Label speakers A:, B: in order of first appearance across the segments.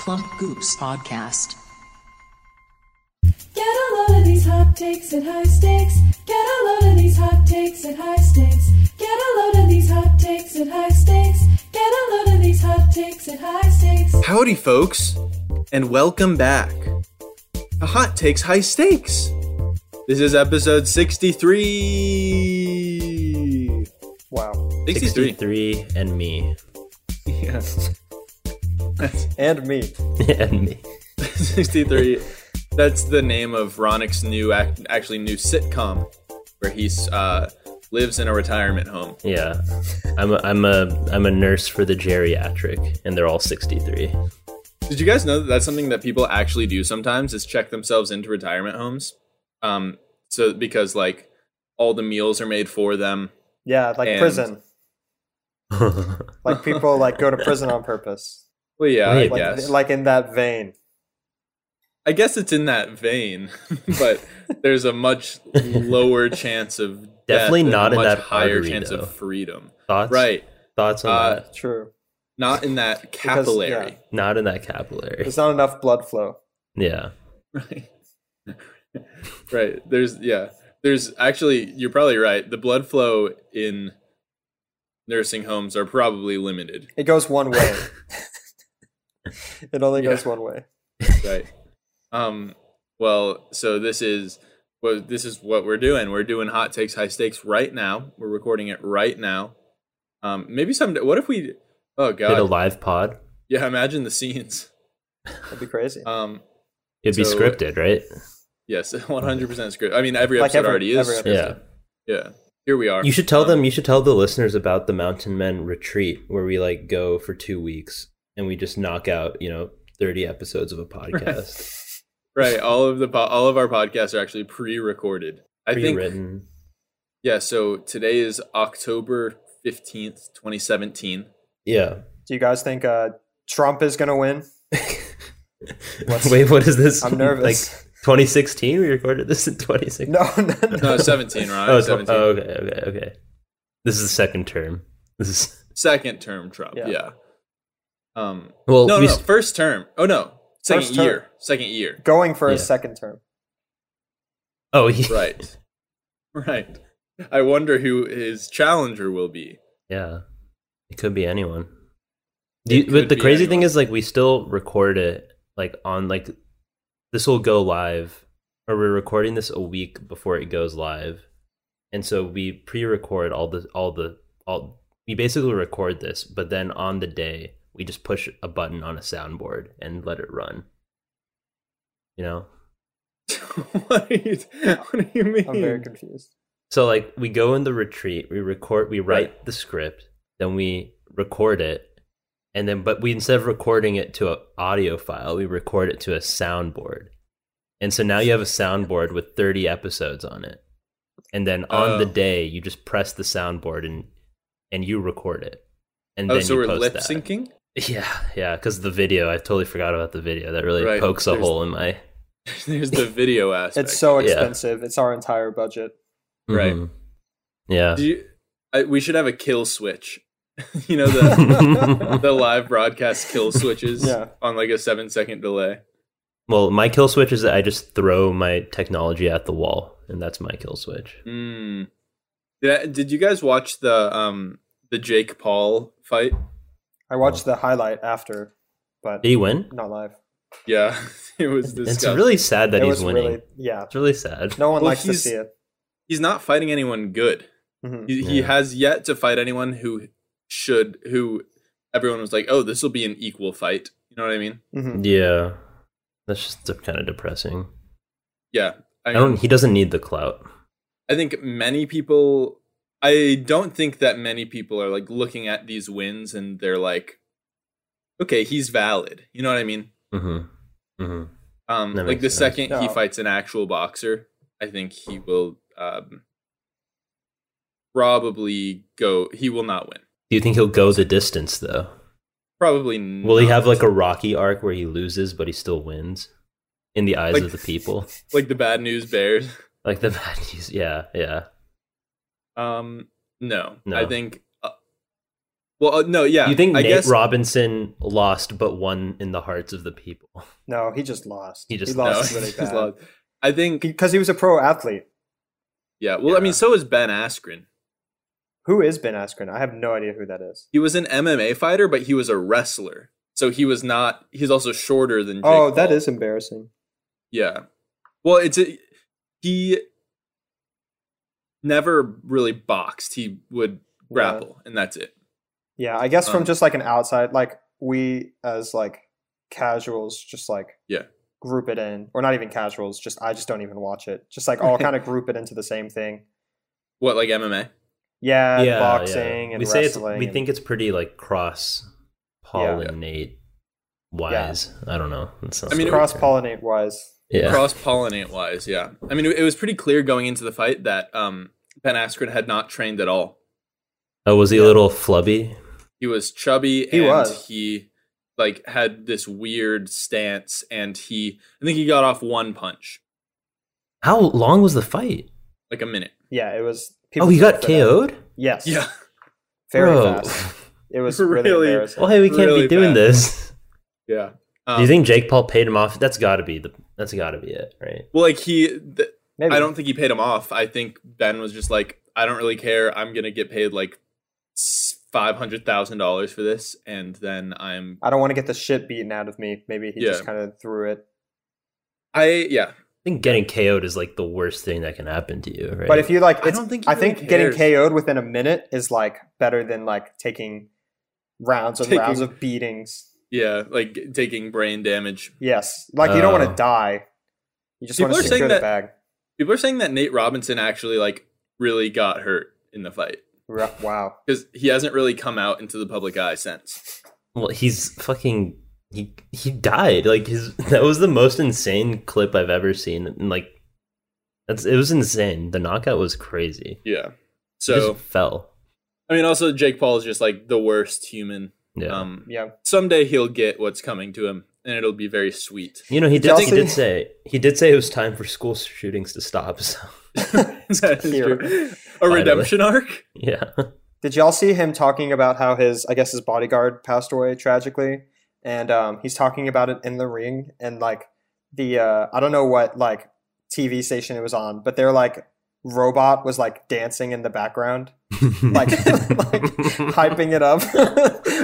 A: Plump Goops Podcast.
B: Get a load of these hot takes and high stakes. Get a load of these hot takes and high stakes. Get a load of these hot takes and high stakes. Get a load of these hot takes and high stakes.
C: Howdy, folks, and welcome back to Hot Takes High Stakes. This is episode 63.
D: Wow.
C: 63.
E: 63 and me.
C: Yeah. That's
D: And me.
E: and me.
C: 63. That's the name of Ronick's new, act- actually, new sitcom where he's uh, lives in a retirement home.
E: Yeah. I'm a, I'm a I'm a nurse for the geriatric and they're all 63.
C: Did you guys know that that's something that people actually do sometimes is check themselves into retirement homes? Um, so because like all the meals are made for them.
D: Yeah, like
C: And-
D: prison. Like people like go to prison on purpose.
C: Well, yeah,
E: Wait.
C: I
D: Like
C: guess.
D: like in that vein.
C: I guess it's in that vein, but there's a much lower chance of death
E: Definitely
C: and a
E: not in
C: much
E: that
C: higher
E: artery,
C: chance
E: though.
C: of freedom.
E: thoughts?
C: Right,
E: Thoughts on
C: Uh,
E: that?
D: True.
C: not in that
D: yeah.
C: capillary.
E: Not in that capillary.
D: There's not enough blood flow.
E: Yeah.
C: Right, right. There's yeah. There's actually you're probably right. The blood flow in nursing homes are probably limited.
D: It goes one way. it only
C: Yeah.
D: goes one way.
C: Right. um. Well, so this is well, this is what we're doing. We're doing hot takes, high stakes right now. We're recording it right now. Um. Maybe someday. What if we? Oh
E: Did a
C: God.
E: live pod.
C: Yeah. Imagine the scenes.
D: That'd be crazy.
C: Um.
E: It'd be
C: So-
E: scripted, right?
C: Yes. One hundred percent script. I mean, every
D: Like
C: episode
D: every-
C: already is.
D: every episode.
E: Yeah.
C: Yeah. Here we are. Um,
E: You should tell them you should tell the listeners about the Mountain Men retreat where we like go for 2 weeks and we just knock out, you know, 30 episodes of a podcast.
C: Right. All of the po- all of our podcasts are actually pre-recorded. I think.
E: pre-written.
C: Yeah. So today is October fifteenth, twenty seventeen.
E: Yeah.
D: Do you guys think uh Trump is gonna win? What's-
E: Wait, what is this?
D: I'm nervous.
E: Like 2016? We recorded this in 2016.
D: No, no, no.
C: No, seventeen. Ron.
E: Oh, it's-
C: seventeen.
E: oh, okay, okay, okay. This is the second term. This is
C: second term Trump. Yeah.
D: Yeah.
C: Um.
E: well,
C: no,
E: we,
C: no, first term. Oh no, second
D: First term.
C: year. Second year.
D: Going for a
E: Yeah.
D: second term.
E: oh, yeah,
C: Right. right. I wonder who his challenger will be.
E: yeah. It could be anyone.
C: It
E: Do you,
C: could
E: but the
C: be
E: crazy thing
C: anyone.
E: is, like, we still record it like on like this will go live, or we're recording this a week before it goes live, and so we pre-record all the all the all. We basically record this, but then on the day we just push a button on a soundboard and let it run. You know,
C: what, are you, what do you mean?
D: I'm very confused.
E: So like we go in the retreat, we record, we write the script, then we record it, and then but we instead of recording it to an audio file, we record it to a soundboard, and so now you have a soundboard with thirty episodes on it, and then on the
C: Oh.
E: day you just press the soundboard and and you record it, and
C: oh,
E: then
C: so
E: you
C: we're
E: post
C: lip
E: that.
C: syncing.
E: Yeah, yeah, because the video, I totally forgot about the video. That really
C: Right,
E: pokes a
C: there's-
E: hole in my
C: There's the video aspect.
D: It's so
E: Yeah.
D: expensive. It's our entire budget.
C: Right.
E: Mhm. Yeah.
C: Do you, I, we should have a kill switch. you know the the live broadcast kill switches
D: Yeah.
C: on like a seven second delay.
E: Well, my kill switch is that I just throw my technology at the wall, and that's my kill switch.
C: Mm. Did I, did you guys watch the um the Jake Paul fight?
D: I watched the highlight after, but
E: Did he win?
D: not live.
C: Yeah, it was disgusting.
E: It's really sad that
D: it
E: he's
D: was
E: winning.
D: really yeah.
E: It's really sad.
D: No one
C: Well,
D: likes to
C: he's-
D: see it.
C: He's not fighting anyone good.
D: Mhm.
C: He, he
E: Yeah.
C: has yet to fight anyone who should. Who everyone was like, "Oh, this will be an equal fight." You know what I mean?
D: Mhm.
E: Yeah, that's just kind of depressing.
C: Yeah. I,
E: I
C: mean,
E: don't. He doesn't need the clout.
C: I think many people. I don't think that many people are like looking at these wins and they're like, "Okay, he's valid." You know what I mean?
E: hmm hmm
C: Um,
E: That
C: like
E: makes
C: the
E: sense.
C: second he
D: No.
C: fights an actual boxer, I think he will um, probably go. He will not win.
E: Do you think he'll go the distance though?
C: Probably. Not.
E: Will he have like a Rocky arc where he loses but he still wins in the eyes
C: Like-
E: of the people?
C: like the bad news bears?
E: Like the bad news. Yeah, yeah.
C: Um, no,
E: No.
C: I think. Uh, Well, uh, no, yeah.
E: you think
C: I
E: Nate
C: guess
E: Robinson lost but won in the hearts of the people?
D: No, he just lost.
E: He just
D: he
C: no,
D: lost really
C: he's
D: bad
C: lost. I think
D: because he was a pro athlete.
C: yeah. Well, I
E: Yeah.
C: mean, so is Ben Askren.
D: Who is Ben Askren? I have no idea who that is.
C: He was an MMA fighter, but he was a wrestler. So he was not. He's also shorter than. Jake
D: Oh, that
C: Paul.
D: is embarrassing.
C: Yeah. Well, it's a, he never really boxed. He would
D: Yeah.
C: grapple, and that's it.
D: Yeah, I guess from
C: Um,
D: just like an outside, like we as like casuals, just like
C: Yeah.
D: group it in, or not even casuals. Just I just don't even watch it. Just like all kind of group it into the same thing.
C: What like MMA?
D: Yeah, and
E: yeah,
D: boxing
E: yeah.
D: and
E: we say
D: wrestling.
E: it's, we
D: and-
E: think it's pretty like cross
D: Yeah.
E: pollinate wise. I don't know. That sounds
C: I mean,
E: weird.
D: cross pollinate wise.
E: Yeah.
C: Cross pollinate wise, yeah. I mean, it it was pretty clear going into the fight that um, Ben Askren had not trained at all.
E: oh, was he a little flubby?
C: He was chubby
D: He
C: and
D: was.
C: he like had this weird stance and he I think he got off one punch,
E: How long was the fight?
C: like a minute.
D: Yeah, it was.
E: oh, he got
D: voted for that.
E: KO'd.
D: Yes.
C: Yeah.
D: Very
E: Bro.
D: fast. It was really,
C: Really?
D: embarrassing.
E: Well, hey, we can't
C: Really
E: be doing
C: bad.
E: this.
C: Yeah. Um,
E: Do you think Jake Paul paid him off? That's got to be the. That's got to be it, right?
C: well like he th-
D: Maybe.
C: I don't think he paid him off. I think Ben was just like, I don't really care. I'm gonna get paid like five hundred thousand dollars for this, and then I'm
D: I don't want to get the shit beaten out of me. Maybe he just
C: Yeah.
D: kind of threw it.
C: I yeah.
E: I think getting KO'd is like the worst thing that can happen to you, right?
D: But if you like,
C: I
D: it's, I,
C: don't think.
D: think,
C: he really
D: getting
C: cares.
D: KO'd within a minute is like better than like taking rounds and rounds
C: Taking-
D: of beatings.
C: Yeah, like g- taking brain damage.
D: Yes, like you don't want
E: Oh.
D: to die. You just want
C: People
D: to
C: are saying
D: secure the
C: that-
D: bag.
C: People are saying that Nate Robinson actually like really got hurt in the fight
D: Ru- Wow.
C: because he hasn't really come out into the public eye since.
E: well, he's fucking. He he died. Like his that was the most insane clip I've ever seen. And like, that's it was insane. The knockout was crazy.
C: Yeah.
E: He
C: So
E: just fell.
C: I mean, also Jake Paul is just like the worst human.
E: Yeah.
C: Um,
D: Yeah.
C: someday he'll get what's coming to him, and it'll be very sweet.
E: you know, he did.
D: Chelsea-
E: He did say he did say it was time for school shootings to stop. So
C: that is
D: Hero.
C: true. A
E: Finally.
C: redemption arc.
E: yeah,
D: Did y'all see him talking about how his, I guess his bodyguard passed away tragically, and um, he's talking about it in the ring and like the uh, I don't know what like TV station it was on, but they're like robot was like dancing in the background, like like hyping it up,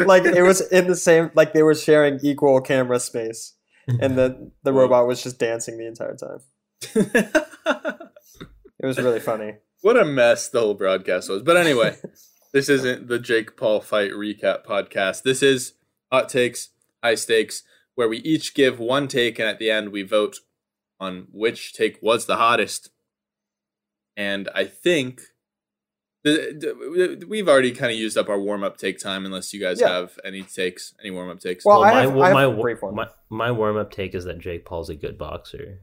D: like it was in the same like they were sharing equal camera space, and the the robot was just dancing the entire time. It was really funny.
C: what a mess the whole broadcast was. But anyway, this isn't the Jake Paul fight recap podcast. This is hot takes, high stakes, where we each give one take, and at the end we vote on which take was the hottest. And I think th- th- we've already kind of used up our warm up take time, unless you guys
D: Yeah.
C: have any takes, any warm up takes.
D: Well, I
E: my
D: have- I have
E: my
D: a brief one.
E: my, my warm up take is that Jake Paul's a good boxer,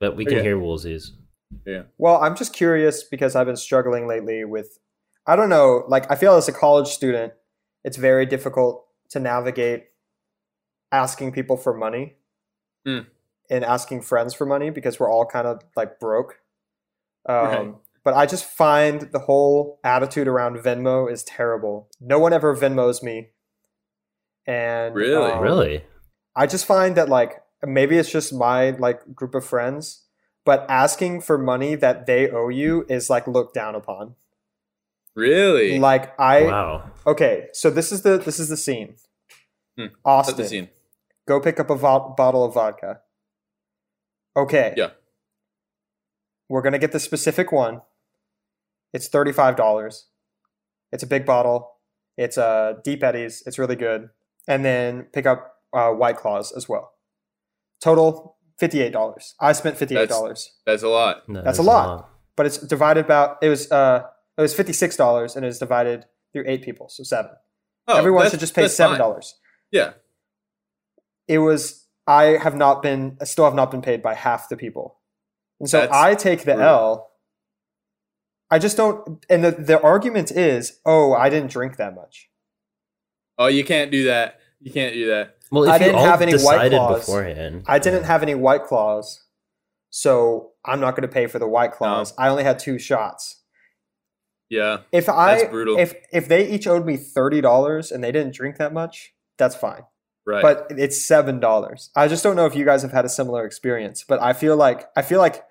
E: but we can
C: Okay.
E: hear Woolsey's.
D: Well, I'm just curious because I've been struggling lately with, I don't know, like I feel as a college student, it's very difficult to navigate asking people for money
C: Hmm.
D: and asking friends for money because we're all kind of like broke. Um,
C: Right.
D: But I just find the whole attitude around Venmo is terrible. No one ever Venmos me. And
C: Really?
D: um,
E: really?
D: I just find that like maybe it's just my like group of friends, but asking for money that they owe you is like looked down upon.
C: really?
D: Like I
E: wow.
D: okay, so this is the this is the scene.
C: Hmm. Set
D: Austin,
C: the scene.
D: go pick up a vo- bottle of vodka. Okay.
C: Yeah.
D: We're gonna get the specific one. It's thirty five dollars. It's a big bottle. It's uh, deep eddies. It's really good. And then pick up uh, white claws as well. Total fifty eight dollars. I spent fifty eight dollars,
C: That's a lot.
E: No,
D: That's a lot. but it's divided about. It was uh, it was fifty six dollars, and it was divided through eight people, so seven.
C: Oh,
D: Everyone
C: that's-
D: should just pay
C: that's fine.
D: seven dollars.
C: Yeah.
D: it was I have not been I still have not been paid by half the people. And so
C: That's
D: I take the
C: brutal.
D: L. I just don't and the, the argument is, oh, I didn't drink that much.
C: Oh, you can't do that. You can't do that.
E: Well, if
D: I
E: you
D: didn't
E: all
D: have any White
E: decided
D: Claws.
E: beforehand,
D: I didn't
E: yeah.
D: have any white claws, so I'm not gonna pay for the white claws. I only had two shots.
C: Yeah.
D: If I
C: That's brutal.
D: if if they each owed me thirty dollars and they didn't drink that much, that's fine.
C: Right.
D: But it's seven dollars. I just don't know if you guys have had a similar experience. But I feel like I feel like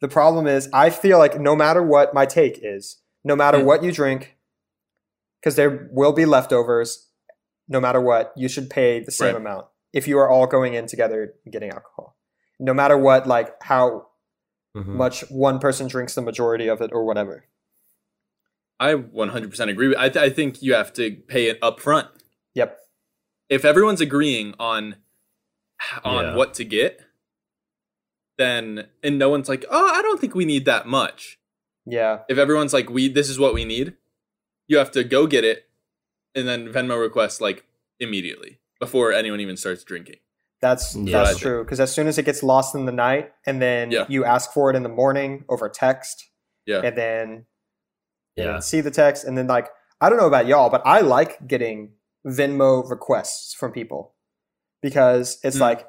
D: the problem is I feel like no matter what my take is, no matter
C: Mm.
D: what you drink, because there will be leftovers, no matter what, you should pay the same
C: Right.
D: amount if you are all going in together and getting alcohol. No matter what, like how
C: Mm.
E: Mhm.
D: much one person drinks the majority of it or whatever.
C: I 100% agree. with- I, th- I think you have to pay it up front.
D: Yep.
C: If everyone's agreeing on on
E: Yeah.
C: what to get, then and no one's like, "Oh, I don't think we need that much."
D: Yeah.
C: If everyone's like, "We this is what we need." You have to go get it and then Venmo request like immediately before anyone even starts drinking.
D: That's
E: Yeah.
D: that's true because as soon as it gets lost in the night, and then
C: Yeah.
D: you ask for it in the morning over text,
C: Yeah.
D: and then and then
E: yeah
D: see the text, and then like I don't know about y'all, but I like getting Venmo requests from people because it's
E: Hmm.
C: Mm.
D: like,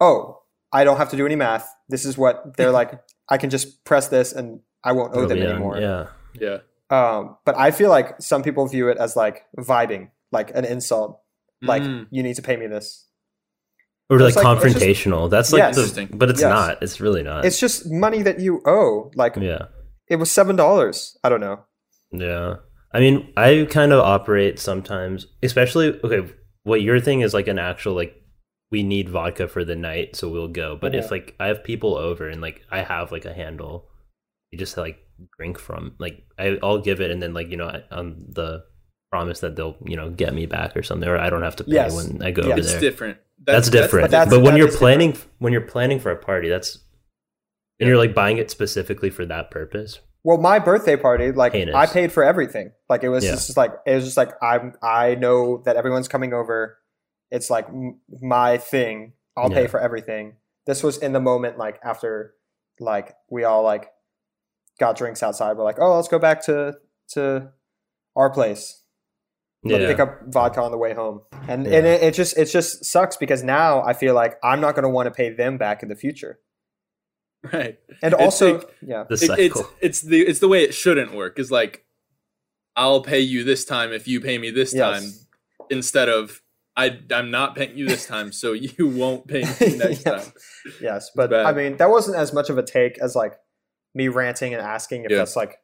D: oh, I don't have to do any math. This is what they're like. I can just press this, and I won't owe
E: Oh,
D: them
E: yeah,
D: anymore.
E: yeah
C: Yeah.
D: Um, but I feel like some people view it as like vibing, like an insult, like
E: Hmm.
C: Mm.
D: you need to pay me this.
E: or like,
D: It's like- it's just-
E: confrontational that's like
D: Yes.
E: the,
C: Interesting.
E: but it's
D: Yes.
E: not it's really not
D: It's just money that you owe. Like
E: yeah
D: it was seven dollars. I don't know.
E: yeah i mean i kind of operate sometimes especially okay what your thing is like an actual like we need vodka for the night so we'll go but
D: Yeah.
E: if like i have people over and like i have like a handle you just like drink from like I, i'll give it and then like you know I, on the promise that they'll you know get me back or something or i don't have to pay
D: Yes.
E: when i go
D: Yeah.
E: over
C: It's
E: there
C: different.
E: that's, different.
D: but that's-
E: but when
D: that
E: you're
D: is
E: planning, when you're planning for a party, that's and you're like buying it specifically for that purpose.
D: Well, my birthday party, like
E: Heinous.
D: I paid for everything. Like it was
E: Yeah.
D: just like it was just like I'm. I know that everyone's coming over. It's like m- my thing. I'll pay
E: Yeah.
D: for everything. This was in the moment, like after, like we all like got drinks outside. We're like, oh, let's go back to to our place.
E: Yeah,
D: but pick up vodka on the way home. And
E: Yeah.
D: and it, it just it just sucks because now I feel like I'm not going to want to pay them back in the future.
C: Right.
D: And
C: It's
D: also,
C: like-
D: yeah,
E: the
C: It-
E: cycle.
C: it's it's the it's the way it shouldn't work is like i'll pay you this time if you pay me this
D: yes.
C: time instead of i i'm not paying you this time so you won't pay me next
D: Yeah.
C: time
D: yes, but
C: bad.
D: I mean that wasn't as much of a take as like me ranting and asking if
C: Yeah.
D: that's like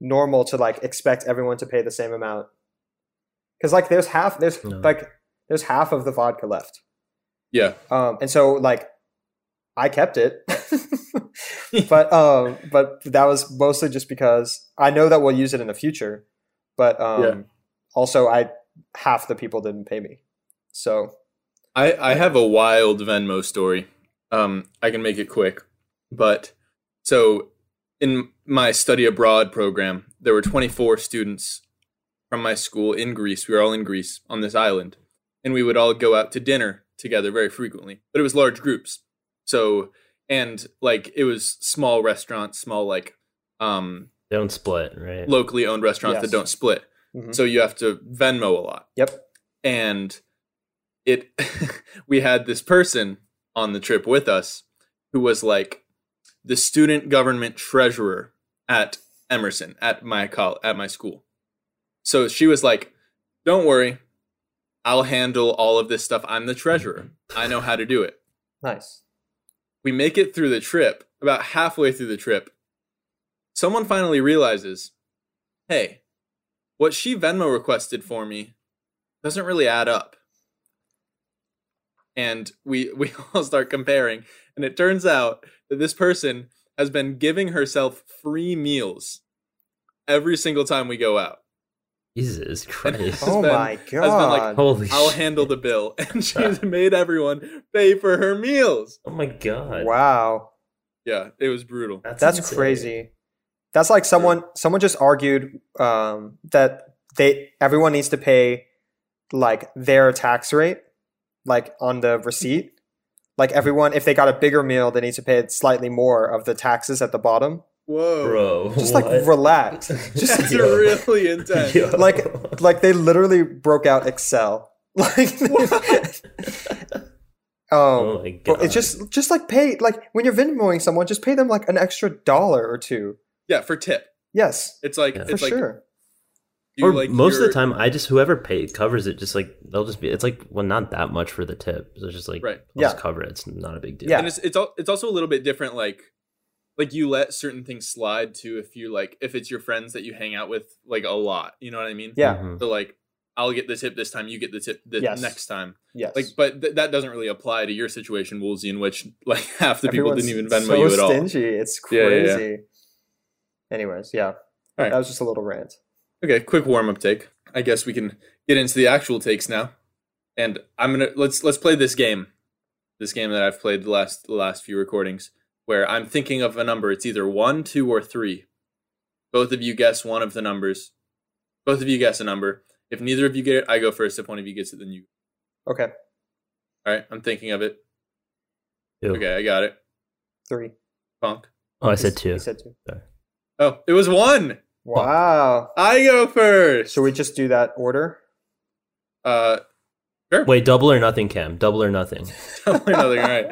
D: normal to like expect everyone to pay the same amount. Cuz like there's half there's
E: No.
D: like there's half of the vodka left.
C: yeah
D: Um and so like I kept it. but um but that was mostly just because I know that we'll use it in the future, but um
C: Yeah.
D: also I half the people didn't pay me. So
C: i i have a wild venmo story um i can make it quick but so in my study abroad program there were 24 students from my school in greece we were all in greece on this island and we would all go out to dinner together very frequently but it was large groups so and like it was small restaurants small like um
E: they don't split, right?
C: locally owned restaurants
D: Yes.
C: that don't split
D: mhm.
C: so you have to venmo a lot
D: yep.
C: and it we had this person on the trip with us who was like the student government treasurer at Emerson at my col- at my school. So she was like, "Don't worry, I'll handle all of this stuff. I'm the treasurer.
D: Mm-hmm.
C: I know how to do it."
D: Nice.
C: We make it through the trip, about halfway through the trip, someone finally realizes, hey, what she Venmo requested for me doesn't really add up. And we we all start comparing, and it turns out that this person has been giving herself free meals every single time we go out.
E: Jesus Christ!
C: Has
D: oh
C: been-
D: my
C: been like,
D: god.
E: Holy!
C: I'll
E: shit.
C: handle the bill, and she's made everyone pay for her meals.
E: Oh my god!
D: wow.
C: Yeah, it was brutal.
D: That's
E: insane.
D: crazy. That's like someone someone just argued um, that they everyone needs to pay like their tax rate, like on the receipt. Like everyone, if they got a bigger meal, they need to pay slightly more of the taxes at the bottom.
C: Whoa,
E: bro.
D: Just
E: what?
D: like relax. Just
C: that's
E: Yo.
C: really intense.
E: Yo.
D: like like they literally broke out Excel. Like um,
E: oh my
D: but
E: god!
D: it's just just like pay like when you're Venmoing someone, just pay them like an extra dollar or two.
C: Yeah, for tip.
D: Yes,
C: It's like
E: Yeah.
D: for
C: it's like
D: sure.
C: you,
E: Or
C: like,
E: most of the
C: your-
E: time, I just whoever paid covers it. Just like they'll just be. It's like well, not that much for the tip. So it's just like
C: Right.
E: I'll just
D: Yeah.
E: cover it. It's not a big deal.
D: Yeah.
C: and it's it's al- it's also a little bit different like like you let certain things slide too if you like if it's your friends that you hang out with like a lot you know what i mean
D: Yeah.
E: Mhm.
C: so like i'll get the tip this time you get the tip the
D: Yes.
C: next time
D: Yes,
C: like but th- that doesn't really apply to your situation woolsey in which like half the people didn't even
D: Everyone's
C: venmo
D: so
C: you at all
D: Stingy. It's
C: Yeah, yeah, yeah.
D: crazy. Anyways, yeah.
C: right.
D: That was just a little rant.
C: Okay, quick warm up take. I guess we can get into the actual takes now. And I'm gonna let's let's play this game. This game that I've played the last the last few recordings, where I'm thinking of a number. It's either one, two, or three. Both of you guess one of the numbers. Both of you guess a number. If neither of you get it, I go first. If one of you gets it, then you.
D: Okay,
C: All right, I'm thinking of it.
E: Ew.
C: Okay, I got it.
D: three.
C: Punk.
E: Oh, I
D: He
E: said
D: s-
E: two.
D: He said two.
C: Oh, it was one.
D: Wow.
C: I go first.
D: Should we just do that order?
C: Uh,
E: Wait, double or nothing, Cam. Double or nothing.
C: another. All right.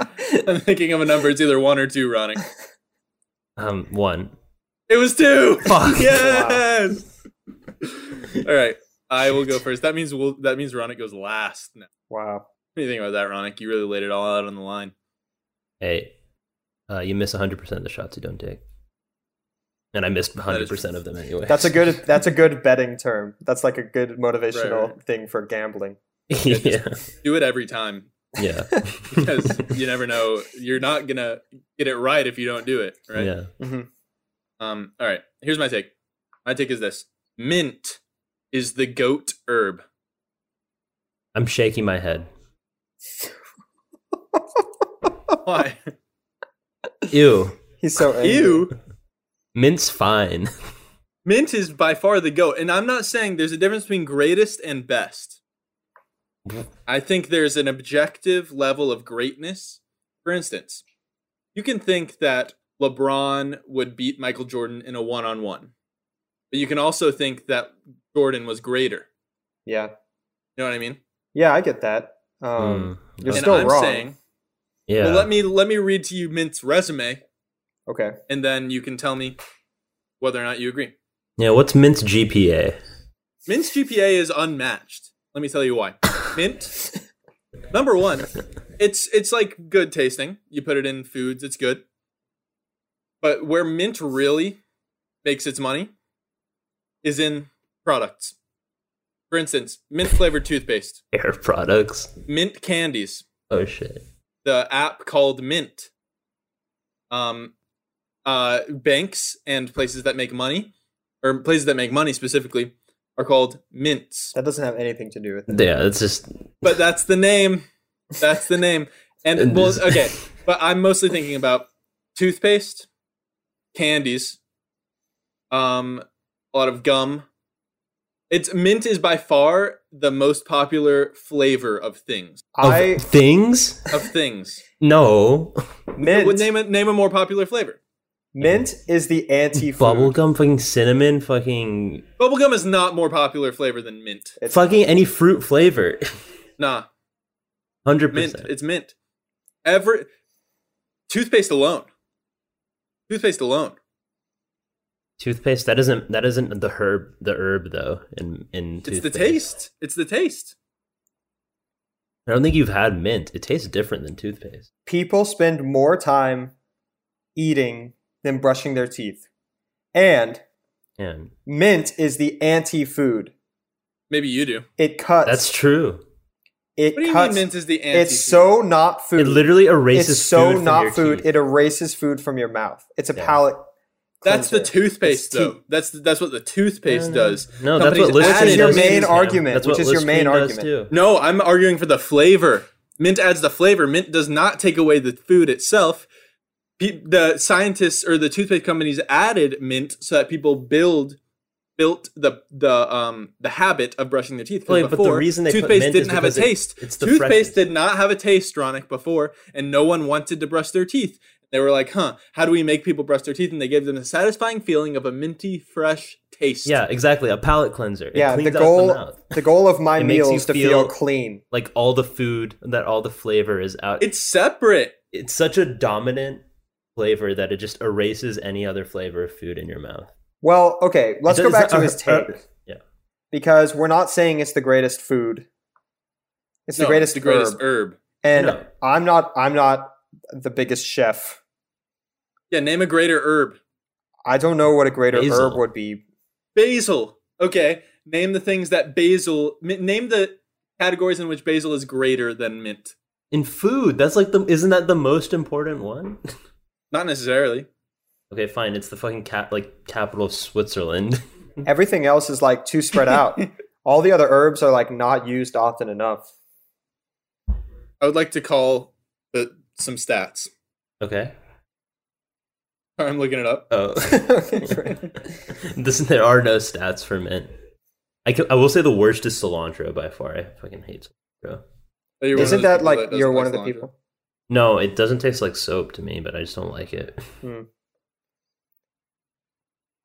C: I'm thinking of a number. It's either one or two, Ronnie.
E: Um, one.
C: It was two.
E: Fuck.
C: Yes. All right. I will go first. That means we'll, that means Ronick goes last. Now.
D: Wow.
C: What do you think about that, Ronick? You really laid it all out on the line.
E: Hey, uh, you miss 100% of the shots you don't take. And I missed 100% of them anyway.
D: That's a good. That's a good betting term. That's like a good motivational
C: right.
D: thing for gambling.
E: yeah.
C: Do it every time
E: Yeah.
C: because you never know. You're not gonna get it right if you don't do it, right?
E: Yeah.
C: Um. All right. Here's my take. My take is this: mint is the goat herb.
E: I'm shaking my head.
C: Why?
E: Ew.
D: He's so angry.
C: Ew.
E: Mint's fine.
C: Mint is by far the goat, and I'm not saying there's a difference between greatest and best. I think there's an objective level of greatness. For instance, you can think that LeBron would beat Michael Jordan in a one-on-one, but you can also think that Jordan was greater.
D: Yeah.
C: You know what I mean?
D: Yeah, I get that. Um,
E: Mm.
D: You're
C: and
D: still
C: I'm
D: wrong.
C: saying,
E: yeah.
C: well, let me let me read to you Mint's resume,
E: Hmm.
D: Okay.
C: and then you can tell me whether or not you agree.
E: yeah. What's Mint's GPA?
C: Mint's GPA is unmatched. Let me tell you why. Mint, number one, it's it's like good tasting. You put it in foods, it's good. But where Mint really makes its money is in products. For instance, mint flavored toothpaste,
E: Air products.
C: mint candies,
E: Oh, shit.
C: the app called Mint. Um, uh, banks and places that make money, or places that make money specifically, are called mints.
D: That doesn't have anything to do with it.
E: Yeah, it's just.
C: but that's the name. That's the name. And
E: And
C: well,
E: this-
C: okay, but I'm mostly thinking about toothpaste, candies, um, a lot of gum. It's mint is by far the most popular flavor of things.
E: Of
D: I
E: things?
C: Of things,
E: No.
D: mint.
C: Would name a name a more popular flavor.
D: mint is the anti food.
E: Bubblegum, fucking cinnamon, fucking.
C: Bubblegum is not more popular flavor than mint.
D: It's-
E: fucking any fruit flavor.
C: Nah,
E: 100%.
C: mint. It's mint. Every toothpaste alone. Toothpaste alone.
E: Toothpaste that isn't that isn't the herb the herb though in in
C: It's the
E: toothpaste.
C: taste. It's the taste.
E: I don't think you've had mint. It tastes different than toothpaste.
D: People spend more time eating than brushing their teeth, and
E: And
D: mint is the anti food.
C: Maybe you do.
D: It cuts.
E: that's true.
D: It
C: What do you
D: cuts.
C: mean mint is the anti?
D: it's so not food.
E: It literally
D: it's
E: erases
D: so
E: food
D: not
E: from your
D: food.
E: teeth.
D: It erases food from your mouth. It's a
E: Yeah.
D: palate.
C: that's the
D: cleanser.
C: toothpaste
D: It's
C: though.
D: teeth.
C: That's that's what the toothpaste
E: No, no.
C: does.
E: No, that's
C: Companies
E: what Listerine
C: added
D: Which is your
E: does
D: main
E: too, Sam.
D: argument,
E: That's
D: which
E: what
D: is your main
E: Listerine does,
D: argument.
E: too.
C: No, I'm arguing for the flavor. Mint adds the flavor. Mint does not take away the food itself. Pe- the scientists or the toothpaste companies added mint so that people build built the the um the habit of brushing their teeth. 'Cause
E: Wait, but the
C: before,
E: reason they put
C: toothpaste
E: mint is
C: didn't have a
E: because it-
C: taste.
E: it's the
C: toothpaste
E: freshest.
C: did not have a taste, Ronick, before, and no one wanted to brush their teeth. They were like, "Huh, how do we make people brush their teeth?" And they gave them the satisfying feeling of a minty, fresh taste.
E: Yeah, exactly. A palate cleanser. It
D: Yeah, the
E: cleans out
D: goal
E: the mouth.
D: the goal of my
E: It makes
D: meal
E: you
D: is to
E: feel-
D: feel clean.
E: Like all the food that all the flavor is out.
C: it's separate.
E: it's such a dominant flavor that it just erases any other flavor of food in your mouth.
D: Well, okay, let's
E: Is
D: go
E: it-
D: back
E: is
D: to
E: it-
D: his
E: uh, uh,
D: take
E: yeah.
D: because we're not saying it's the greatest food. It's the
C: No,
D: greatest,
C: the greatest
D: herb.
C: herb.
D: and
E: No.
D: I'm not. I'm not the biggest chef.
C: Yeah, name a greater herb.
D: I don't know what a greater herb
E: Basil.
D: would be.
C: Basil. Okay, name the things that basil. mi- Name the categories in which basil is greater than mint.
E: In food, that's like the isn't that the most important one?
C: Not necessarily.
E: okay, fine. It's the fucking cap like capital of Switzerland.
C: Mm-hmm.
D: Everything else is like too spread out. All the other herbs are like not used often enough.
C: I would like to call the, some stats.
E: okay.
C: I'm looking it up.
E: Oh.
D: Okay, great.
E: this there are no stats for mint. I can, I will say the worst is cilantro by far. I fucking hate cilantro.
C: Oh, you're one of
D: Isn't
C: those
D: that
C: people
D: like
C: doesn't
D: you're one of
C: like
D: the
C: cilantro.
D: people?
E: No, it doesn't taste like soap to me, but I just don't like it.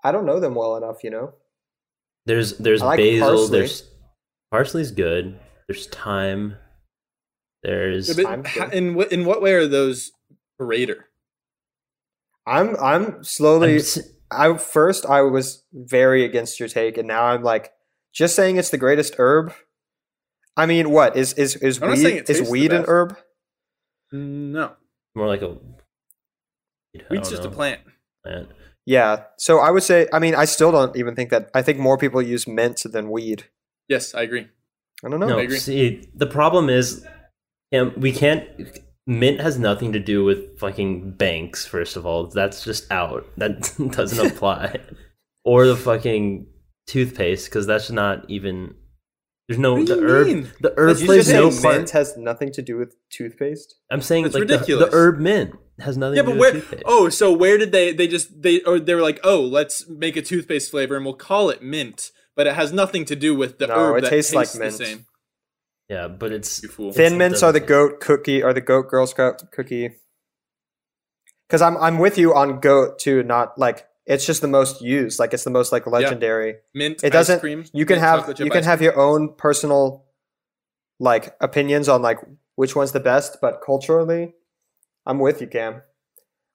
D: I don't know them well enough, you know.
E: There's there's
D: I like
E: basil.
D: parsley.
E: There's parsley's good. There's thyme. There's
C: Yeah,
D: I'm
C: but ha-
D: good.
C: in what in what way are those greater?
D: I'm I'm
E: I'm
D: slowly
E: s-
D: I first I was very against your take, and now I'm like just saying it's the greatest herb. I mean, what is is is
C: I'm not saying
D: weed
C: it
D: is
C: tastes the
D: weed an
C: best.
D: herb?
C: No,
E: more like a.
C: wheat's just
D: Oh,
C: a plant.
E: plant.
D: Yeah. So I would say. I mean, I still don't even think that. I think more people use mint than weed.
C: Yes, I agree.
D: I don't know.
E: No,
C: I agree.
E: see, the problem is, um, we can't. Mint has nothing to do with fucking banks. First of all, that's just out. That doesn't apply. or the fucking toothpaste, because that's not even. There's no
C: What do
E: the
C: you
E: herb.
C: mean?
E: The herb
D: Did you
E: plays
D: just
E: no
D: say
E: part.
D: mint has nothing to do with toothpaste.
E: I'm saying
C: That's
E: like the, the
C: ridiculous.
E: herb mint has nothing.
C: Yeah,
E: to
C: but
E: do
C: where?
E: With toothpaste.
C: Oh, so where did they? They just they or they were like, oh, let's make a toothpaste flavor and we'll call it mint, but it has nothing to do with the
D: No,
C: herb
D: it
C: that
D: tastes
C: tastes,
D: like mint.
C: the same.
E: yeah, but it's
C: You fool.
E: It's-
D: Thin
E: it
D: mints are the
E: doesn't-
D: goat cookie or the goat Girl Scout cookie. Because I'm I'm with you on goat too. Not like it's just the most used. Like it's the most like legendary.
C: Mint.
D: It doesn't.
C: Ice cream,
D: you can
C: mint
D: have
C: chocolate chip
D: you can
C: ice
D: have your own personal like opinions on like which one's the best, but culturally, I'm with you, Cam.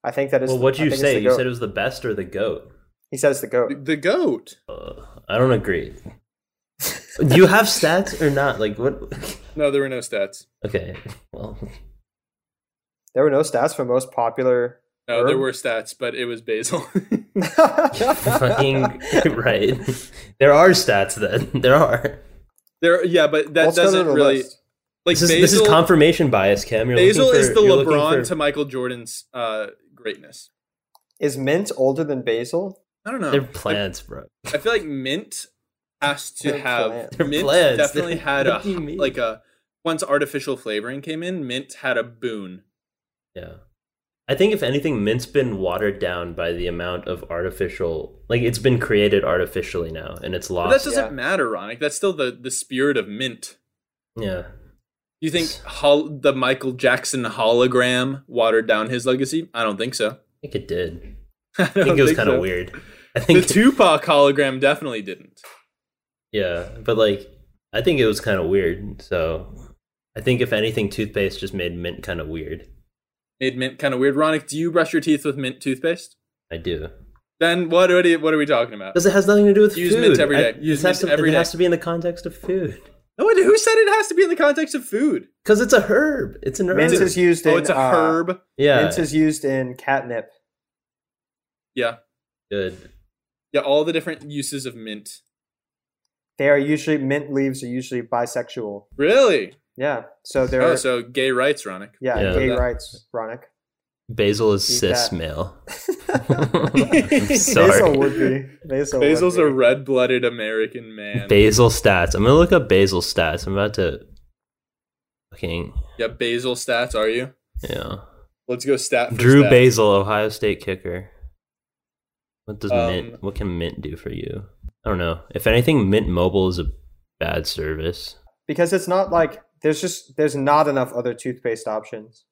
D: I think that is.
E: well,
D: the-
E: what would
D: I
E: you
D: think it's
E: say?
D: the
E: You
D: goat.
E: said it was the best or the goat?
D: he said it's the goat.
C: cream. the goat.
E: Uh, I don't agree. do you have stats or not? Like what?
C: No, there were no stats.
E: Okay, well,
D: There were no stats for most popular.
C: No, there
D: Herb?
C: were stats, but it was basil.
E: fucking right. There are stats then. There are.
C: there, yeah, but that
D: Let's go to
C: doesn't
D: the
C: really
D: list.
C: like
E: This is,
C: basil.
E: this is confirmation bias, Cam. You're
C: basil
E: looking for,
C: is the
E: you're looking
C: LeBron
E: for-
C: to Michael Jordan's uh, greatness.
D: Is mint older than basil?
C: I don't know.
E: They're plants, bro.
C: I feel like mint has to
D: They're
C: have
D: plants.
E: They're
C: mint
E: plants.
C: definitely
E: They're-
C: had
E: what
C: a
E: do you mean?
C: like a once artificial flavoring came in, mint had a boon.
E: Yeah. I think if anything, mint's been watered down by the amount of artificial, like it's been created artificially now, and it's
C: But
E: lost.
C: that doesn't
D: yeah.
C: matter, Ronick. That's still the the spirit of mint.
E: yeah.
C: You think hol- the Michael Jackson hologram watered down his legacy? I don't think so.
E: I think it did.
C: I,
E: I think it was kind
C: kind
E: of weird. I
C: The
E: think.
C: Tupac hologram definitely didn't.
E: yeah, but like, I think it was kind of weird. So, I think if anything, toothpaste just made mint kind of weird.
C: Made mint kind of weird. Ronick, do you brush your teeth with mint toothpaste?
E: I do.
C: Then what are, you- what are we talking about?
E: Because it has nothing to do with
C: Use
E: food.
C: mint every
E: I-
C: day.
E: it
C: Use
E: has
C: mint
E: to-
C: every
E: it
C: day.
E: has to be in the context of food.
C: No, it- who said it has to be in the context of food?
E: Because it's a herb. It's an herb.
D: Mint is used in.
C: oh, it's a
D: uh,
C: herb.
E: yeah.
D: Mint is used in catnip.
C: Yeah.
E: good.
C: Yeah, all the different uses of mint.
D: They are usually mint leaves are usually bisexual.
C: Really?
D: Yeah. So there
C: Oh,
D: are
C: so gay rights, Ronick.
D: yeah,
E: Yeah.
D: gay
C: That-
D: rights, Ronick.
E: Basil is
D: Eat
E: cis
D: that.
E: male. I'm
D: Basil
E: Sorry.
D: would be. Basil
C: Basil's
D: would
C: a
D: be.
C: red-blooded American man.
E: Basil stats. I'm gonna look up basil stats. I'm about to fucking
C: yeah, Basil stats, are you?
E: yeah.
C: Let's go stat for
E: Drew
C: stat.
E: Basil, Ohio State kicker. What does
C: Um,
E: mint? What can mint do for you? I don't know. If anything, Mint Mobile is a bad service.
D: because it's not like there's just there's not enough other toothpaste options.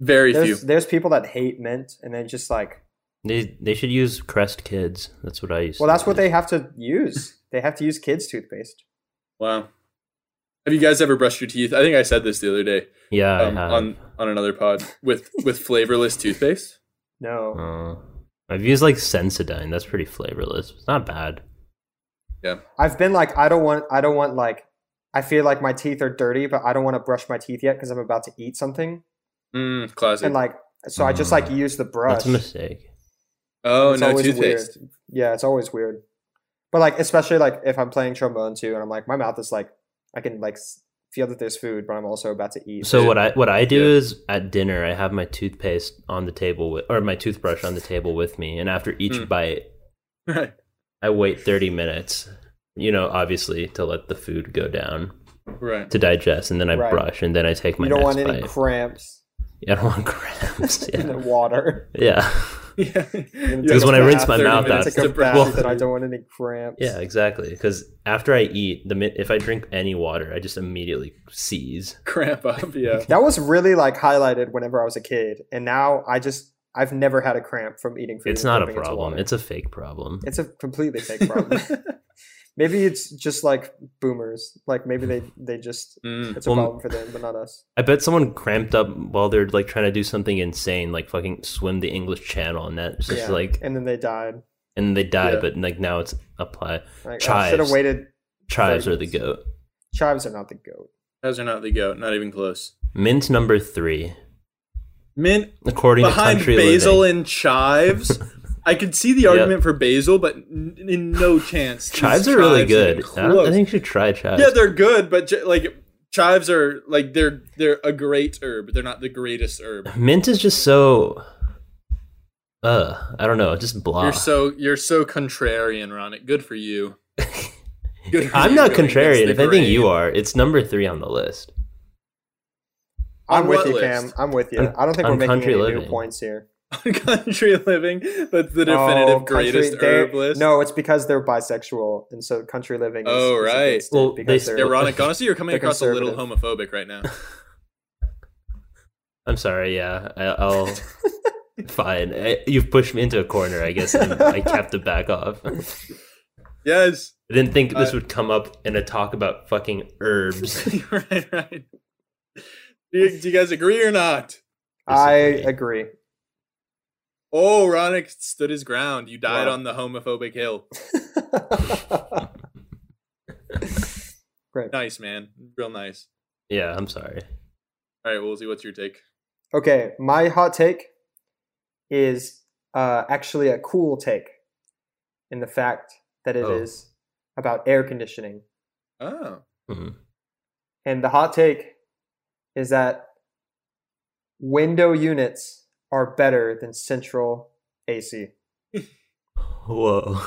C: Very few.
D: There's there's people that hate mint and they just like
E: They they should use Crest Kids. That's what I used.
D: well
E: to
D: that's what
E: use.
D: they have to use. They have to use kids toothpaste.
C: Wow. Have you guys ever brushed your teeth? I think I said this the other day
E: Yeah,
C: um,
E: I have.
C: on on another pod with with flavorless toothpaste.
D: No.
E: Uh, I've used like Sensodyne. That's pretty flavorless. It's not bad.
D: I've been like, I don't want, I don't want like, I feel like my teeth are dirty, but I don't want to brush my teeth yet because I'm about to eat something,
C: Mm, classic.
D: and like, so I just like use the brush.
E: That's a mistake.
C: Mm. oh,
D: it's
C: no
D: always
C: toothpaste.
D: Yeah, it's always weird. But like, especially like if I'm playing trombone too, and I'm like, my mouth is like, I can like s- feel that there's food, but I'm also about to eat.
E: So
C: Yeah.
E: what I what I do
C: Yeah.
E: is at dinner I have my toothpaste on the table with, or my toothbrush on the table with me, and after each
D: Hmm.
C: Mm.
E: bite,
C: Right.
E: I wait thirty minutes. You know, obviously to let the food go down
C: Right.
E: to digest, and then I
D: Right.
E: brush, and then I take my
D: you don't
E: next
D: want any
E: bite.
D: cramps
E: I don't want cramps.
D: in the
E: Yeah,
D: water.
E: yeah,
C: Yeah.
E: Because when I rinse my
C: 30
E: mouth
C: minutes
E: out-
C: to
D: take a
C: brush
D: bath,
E: well-
D: and I don't want any cramps.
E: yeah, exactly. Because after I eat, the mi- if I drink any water, I just immediately seize.
C: cramp up. Yeah.
D: that was really like highlighted whenever I was a kid, and now I just I've never had a cramp from eating food.
E: It's
D: and
E: not a
D: dumping it into
E: problem.
D: water.
E: It's a fake problem.
D: it's a completely fake problem. maybe it's just like boomers. Like maybe they they just
C: Mm.
D: it's a
E: Well,
D: problem for them, but not us.
E: I bet someone cramped up while they're like trying to do something insane, like fucking swim the English Channel, and that's just
D: Yeah.
E: like,
D: and then they died.
E: and they die.
C: Yeah. oh,
E: But like now it's apply.
D: Like, I should have
E: Chives.
D: waited.
E: Chives
D: Very
E: are the
D: good.
E: goat.
D: Chives are not the goat.
C: Those are not the goat. Not even close.
E: Mint number three,
C: Mint
E: according
C: behind
E: to country
C: basil
E: living.
C: and chives. I could see the
E: Yep.
C: argument for basil, but n- in no chance. these
E: chives are really
C: even
E: good. I, don't-
C: close.
E: I think you should try chives.
C: yeah, they're good, but j- like chives are like they're they're a great herb. They're not the greatest herb.
E: mint is just so. Uh, I don't know. Just blah.
C: You're so you're so contrarian, Ronit. Good for you. Good for
E: I'm
C: you
E: not
C: going against
E: contrarian.
C: the
E: If anything,
C: grain.
E: you are. It's number three on the list.
C: On
D: I'm with
C: what
D: you,
C: list?
D: Cam. I'm with you.
E: On-
D: I don't think
E: on
D: we're making
E: country
D: any new
E: living.
D: points here.
C: country living. That's the definitive
D: Oh, country-
C: greatest
D: they're-
C: herb list.
D: No, it's because they're bisexual, and so country living. Is,
C: Oh,
D: is
C: right.
D: against it
E: Well,
D: because
E: they-
D: they're-
E: they're
C: Ironic. Honestly, you're coming
D: They're
C: across a little homophobic right now.
E: I'm sorry. Yeah, I, I'll. fine. I, you've pushed me into a corner. I guess and I kept it back off. I
C: Yes.
E: didn't think this
C: Uh,
E: would come up in a talk about fucking herbs.
C: right, right. Do you, do you guys agree or not?
D: I
E: Disagree.
D: agree.
C: Oh, Ronick stood his ground. You died
D: Wow.
C: on the homophobic hill.
D: Great.
C: Nice, man. Real nice.
E: yeah, I'm sorry.
C: All right, Woolsey, what's your take?
D: Okay, my hot take is uh, actually a cool take, in the fact that it is
E: Oh.
D: about air conditioning.
C: Oh.
E: Mhm.
D: And the hot take is that window units are better than central AC.
E: Whoa.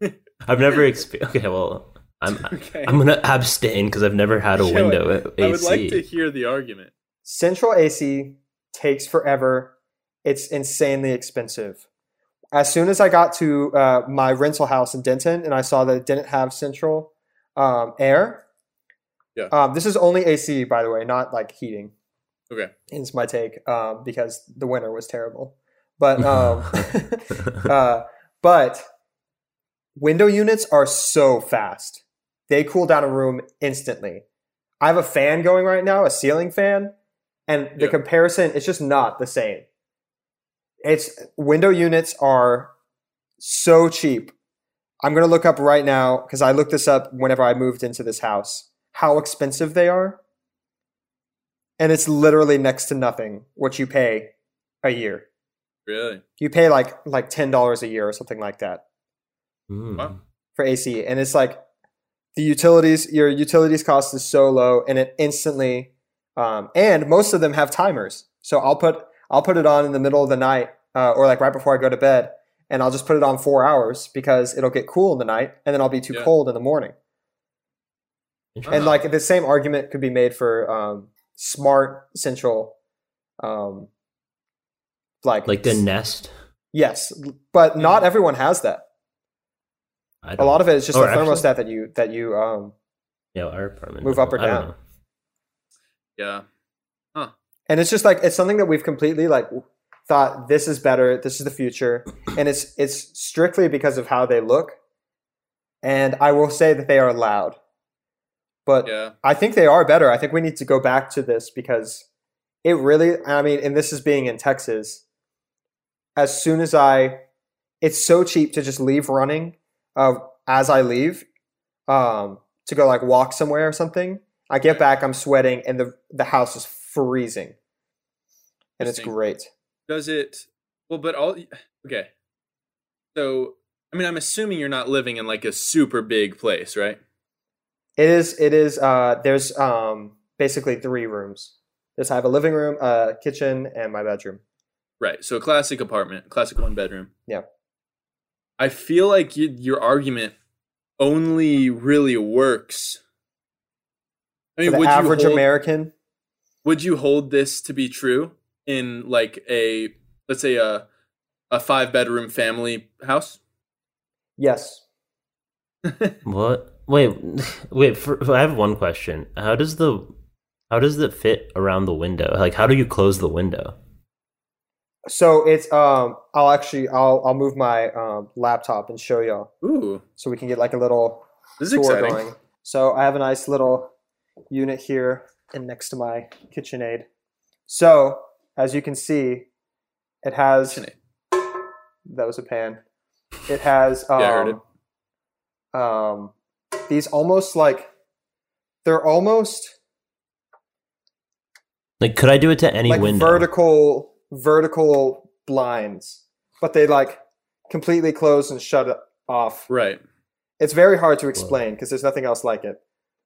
E: I've never experienced. Okay, well, I'm
C: Okay.
E: I'm gonna abstain because I've never had a
C: Show it.
E: window at AC.
C: I would like to hear the argument.
D: Central AC takes forever. It's insanely expensive. As soon as I got to uh, my rental house in Denton and I saw that it didn't have central um, air,
C: Yeah.
D: um, this is only AC, by the way, not like heating.
C: Okay.
D: It's my take um, because the winter was terrible. But um, Uh, but window units are so fast. They cool down a room instantly. I have a fan going right now, a ceiling fan, and the
C: Yeah.
D: comparison is just not the same. It's window units are so cheap. I'm going to look up right now cuz I looked this up whenever I moved into this house. How expensive they are? And it's literally next to nothing what you pay a year
C: Really?
D: you pay like like ten dollars a year or something like that
E: Mm.
C: Wow.
D: for AC, and it's like the utilities your utilities cost is so low, and it instantly um, and most of them have timers. So I'll put I'll put it on in the middle of the night uh, or like right before I go to bed, and I'll just put it on four hours because it'll get cool in the night, and then I'll be too
C: Yeah.
D: cold in the morning.
E: Interesting.
D: And like the same argument could be made for um, smart central, um, like
E: like the
D: s-
E: nest.
D: yes, but not everyone has that.
E: I
D: A
E: don't-
D: lot of it is just
E: Oh,
D: the
E: actually-
D: thermostat that you that you um
E: yeah, our apartment.
D: move up or
E: I don't
D: down.
E: know.
C: Yeah.
D: and it's just like it's something that we've completely like w- thought this is better, this is the future, and it's it's strictly because of how they look. And I will say that they are loud. But
C: Yeah.
D: I think they are better. I think we need to go back to this because it really I mean, and this is being in Texas. As soon as I it's so cheap to just leave running uh, as I leave um, to go like walk somewhere or something. I get back, I'm sweating, and the the house is freezing, and it's
C: Interesting.
D: great.
C: Does it? Well, but all okay. So, I mean, I'm assuming you're not living in like a super big place, right?
D: It is. It is. Uh, there's um, basically three rooms. There's I have a living room, a kitchen, and my bedroom.
C: Right. So, classic apartment, classic one bedroom.
D: Yeah.
C: I feel like you, your argument only really works. I
D: For
C: mean,
D: the
C: would
D: average
C: you hold,
D: American,
C: would you hold this to be true in like a let's say a a five bedroom family house?
D: yes.
E: What? Wait, wait. For, I have one question. How does the how does it fit around the window? Like, how do you close the window?
D: So it's um, I'll actually I'll I'll move my um, laptop and show y'all
C: Ooh,
D: so we can get like a little
C: this is
D: tour
C: exciting.
D: going. So I have a nice little unit here and next to my KitchenAid. So as you can see, it has
C: Isn't it?
D: that was a pan. It has um,
C: I heard
D: um these almost like they're almost
E: Like, could I do it to any
D: like
E: window?
D: vertical vertical blinds, but they like completely close and shut it off.
C: Right.
D: It's very hard to explain because there's nothing else like it.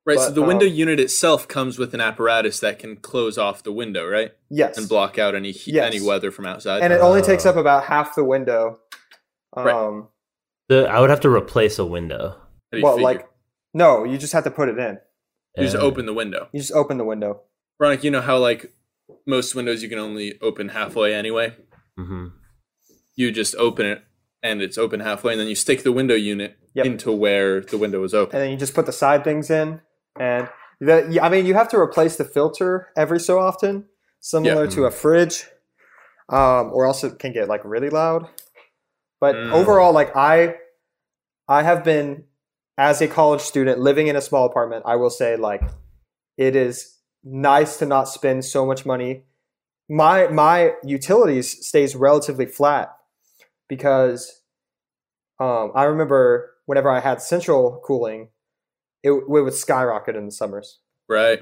C: Right, so
D: But,
C: the window
D: um,
C: unit itself comes with an apparatus that can close off the window, right,
D: Yes,
C: and block out any heat,
D: Yes.
C: any weather from outside.
D: and it only takes
E: Oh.
D: up about half the window. Um,
C: Right.
E: The- I would have to replace a window.
C: How do you
D: well,
C: figure-
D: like no, you just have to put it in.
C: you just
E: Uh,
C: open the window.
D: You just open the window.
C: Veronica, you know how like most windows you can only open halfway anyway.
E: mhm.
C: You just open it, and it's open halfway, and then you stick the window unit
D: Yep.
C: into where the window is open.
D: and then you just put the side things in and the yeah, i mean you have to replace the filter every so often similar to a fridge um, or else it can get like really loud but
C: Mm.
D: overall like i i have been as a college student living in a small apartment i will say like it is nice to not spend so much money my my utilities stays relatively flat because um, I remember whenever I had central cooling, it, it would skyrocket in the summers.
C: Right.